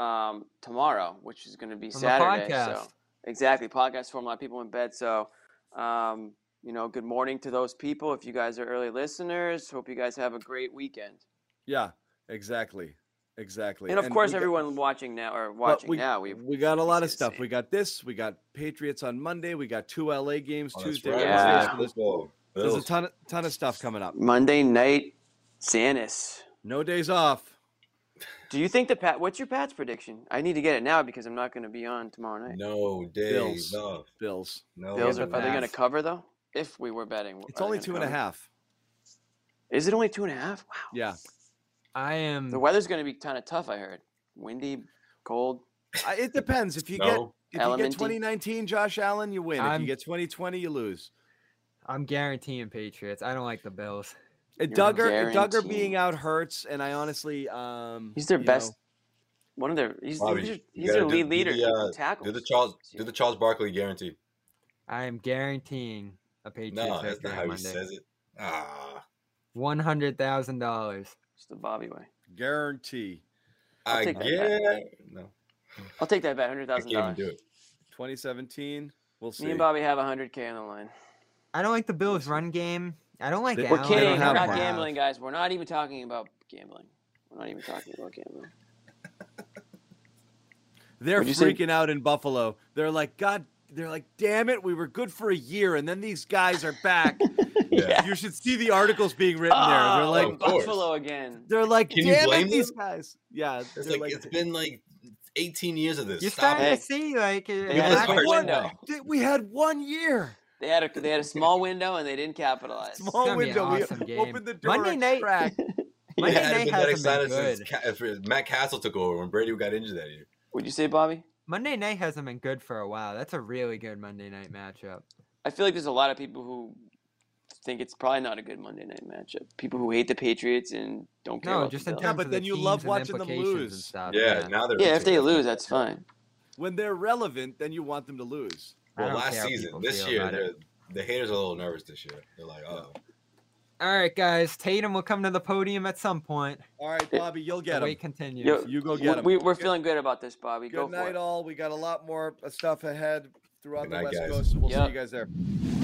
B: um, tomorrow, which is going to be
C: the
B: Saturday. So
C: podcast.
B: exactly, podcast form. A lot of people in bed. So um, you know, good morning to those people. If you guys are early listeners, hope you guys have a great weekend.
A: yeah exactly exactly
B: And of course,
A: we got-
B: everyone watching now or
A: but
B: watching now, we've
A: we got a lot of
B: it's
A: stuff. We
B: insane.
A: got this. We got Patriots on Monday. We got two LA games
E: Oh, that's
A: Tuesday.
E: right.
A: Wednesday,
B: Yeah.
A: so there's,
E: Football.
A: there's a
E: Bills.
A: ton of, ton of stuff coming up.
B: Monday night, Sanis.
A: No days off.
B: Do you think the Pat? What's your Pat's prediction? I need to get it now because I'm not going to be on tomorrow night.
E: No days
A: Bills.
E: off.
A: Bills.
E: No.
B: Bills are,
C: Bills
B: are they going to
C: Pats.
B: cover though? If we were betting, uh,
A: It's only two and a half.
B: Is it only two and a half? Wow.
A: Yeah.
C: I am.
B: The weather's going to be kind of tough. I heard windy, cold.
A: I- It depends. If you get
E: No.
A: if you
B: Elementy.
A: get 2019 Josh Allen, you win. if
C: I'm-
A: you get 2020, you lose.
C: I'm guaranteeing Patriots. I don't like the Bills.
A: And
B: You're
A: Duggar, and Duggar
B: guaranteed.
A: being out hurts, and I honestly, um,
B: He's their
A: you know,
B: best. One of their. He's,
E: Bobby,
B: he's, their-
E: you
B: he's their
E: gotta do-
B: lead
E: do
B: leader.
E: the, uh,
B: in tackles.
E: Do the Charles do the Charles Barkley guarantee?
C: I am guaranteeing a Patriots
E: No, that's
C: victory
E: not
C: on
E: how he
C: Monday.
E: says it. Ah,
C: One hundred thousand dollars.
B: It's the Bobby way.
A: guarantee
B: I'll
E: I
B: take that
E: get. No,
B: I'll take that bet. Hundred
E: I
B: thousand
E: can't even
B: dollars.
E: do it.
A: 2017. We'll see.
B: Me and Bobby have hundred k on the line.
C: I don't like the Bills' run game. I don't like.
A: They- We're
B: We're
C: Allen.
A: don't
B: kidding. We're
A: have
B: not
A: one.
B: gambling, guys. We're not even talking about gambling. We're not even talking about gambling.
A: They're
B: What'd you say?
A: freaking out in Buffalo. They're like, God. They're like, damn it, we were good for a year, and then these guys are back.
E: Yeah.
A: You should see the articles being written there. They're
B: Oh,
A: like,
E: of course.
B: Buffalo again.
A: they're like,
E: Can you
A: damn it,
E: blame
A: these
E: them?
A: guys. Yeah,
E: It's
A: they're
E: like, it's been like 18 years of this.
C: You're
E: Stop
C: starting
E: it.
C: to see like. uh, a-
B: They
C: a
E: that's
B: had a
C: lack of
B: quick
E: hard.
C: one-
B: window.
A: "Th- we had one year.
B: They had a they had a small window and they didn't capitalize.
A: Small
C: gonna be an
A: window.
C: awesome
A: we
C: game.
A: opened the door.
C: Monday
A: a
C: night-
A: crack.
C: Monday
E: Yeah,
C: night
E: it had been
C: hasn't
E: that
C: been
E: excited since
C: good.
E: Ca- if it- Matt Castle took over when Brady got injured that year.
B: Would you say, Bobby?
C: Monday night hasn't been good for a while. That's a really good Monday night matchup.
B: I feel like there's a lot of people who think it's probably not a good Monday night matchup. People who hate the Patriots and don't care.
C: No,
B: about
C: just
B: the
C: in
B: Dolphins.
C: terms
A: Yeah, but
C: of
A: then
C: the
A: you love
C: teams and
A: watching them
C: implications and
A: lose.
C: stuff,
E: Yeah, now they're
B: yeah, if they
E: into it.
B: lose, that's fine.
A: When they're relevant, then you want them to lose.
C: I
E: Well,
C: don't
E: last
C: care how
E: season,
C: people
E: this
C: feel
E: year,
C: about it.
E: they're- the haters are a little nervous this year. They're like, oh,
C: All right, guys. Tatum will come to the podium at some point.
A: All right, Bobby, you'll
C: The
A: get them.
C: wait continues.
B: Yo,
A: You go get
B: We,
A: them.
B: we, we're feeling good about this, Bobby. Go
A: Good
B: for
A: night,
B: it.
A: all. We got a lot more uh, stuff ahead throughout
E: Good
A: the
E: night,
A: West
E: guys.
A: Coast. We'll
B: Yep.
A: see you guys there.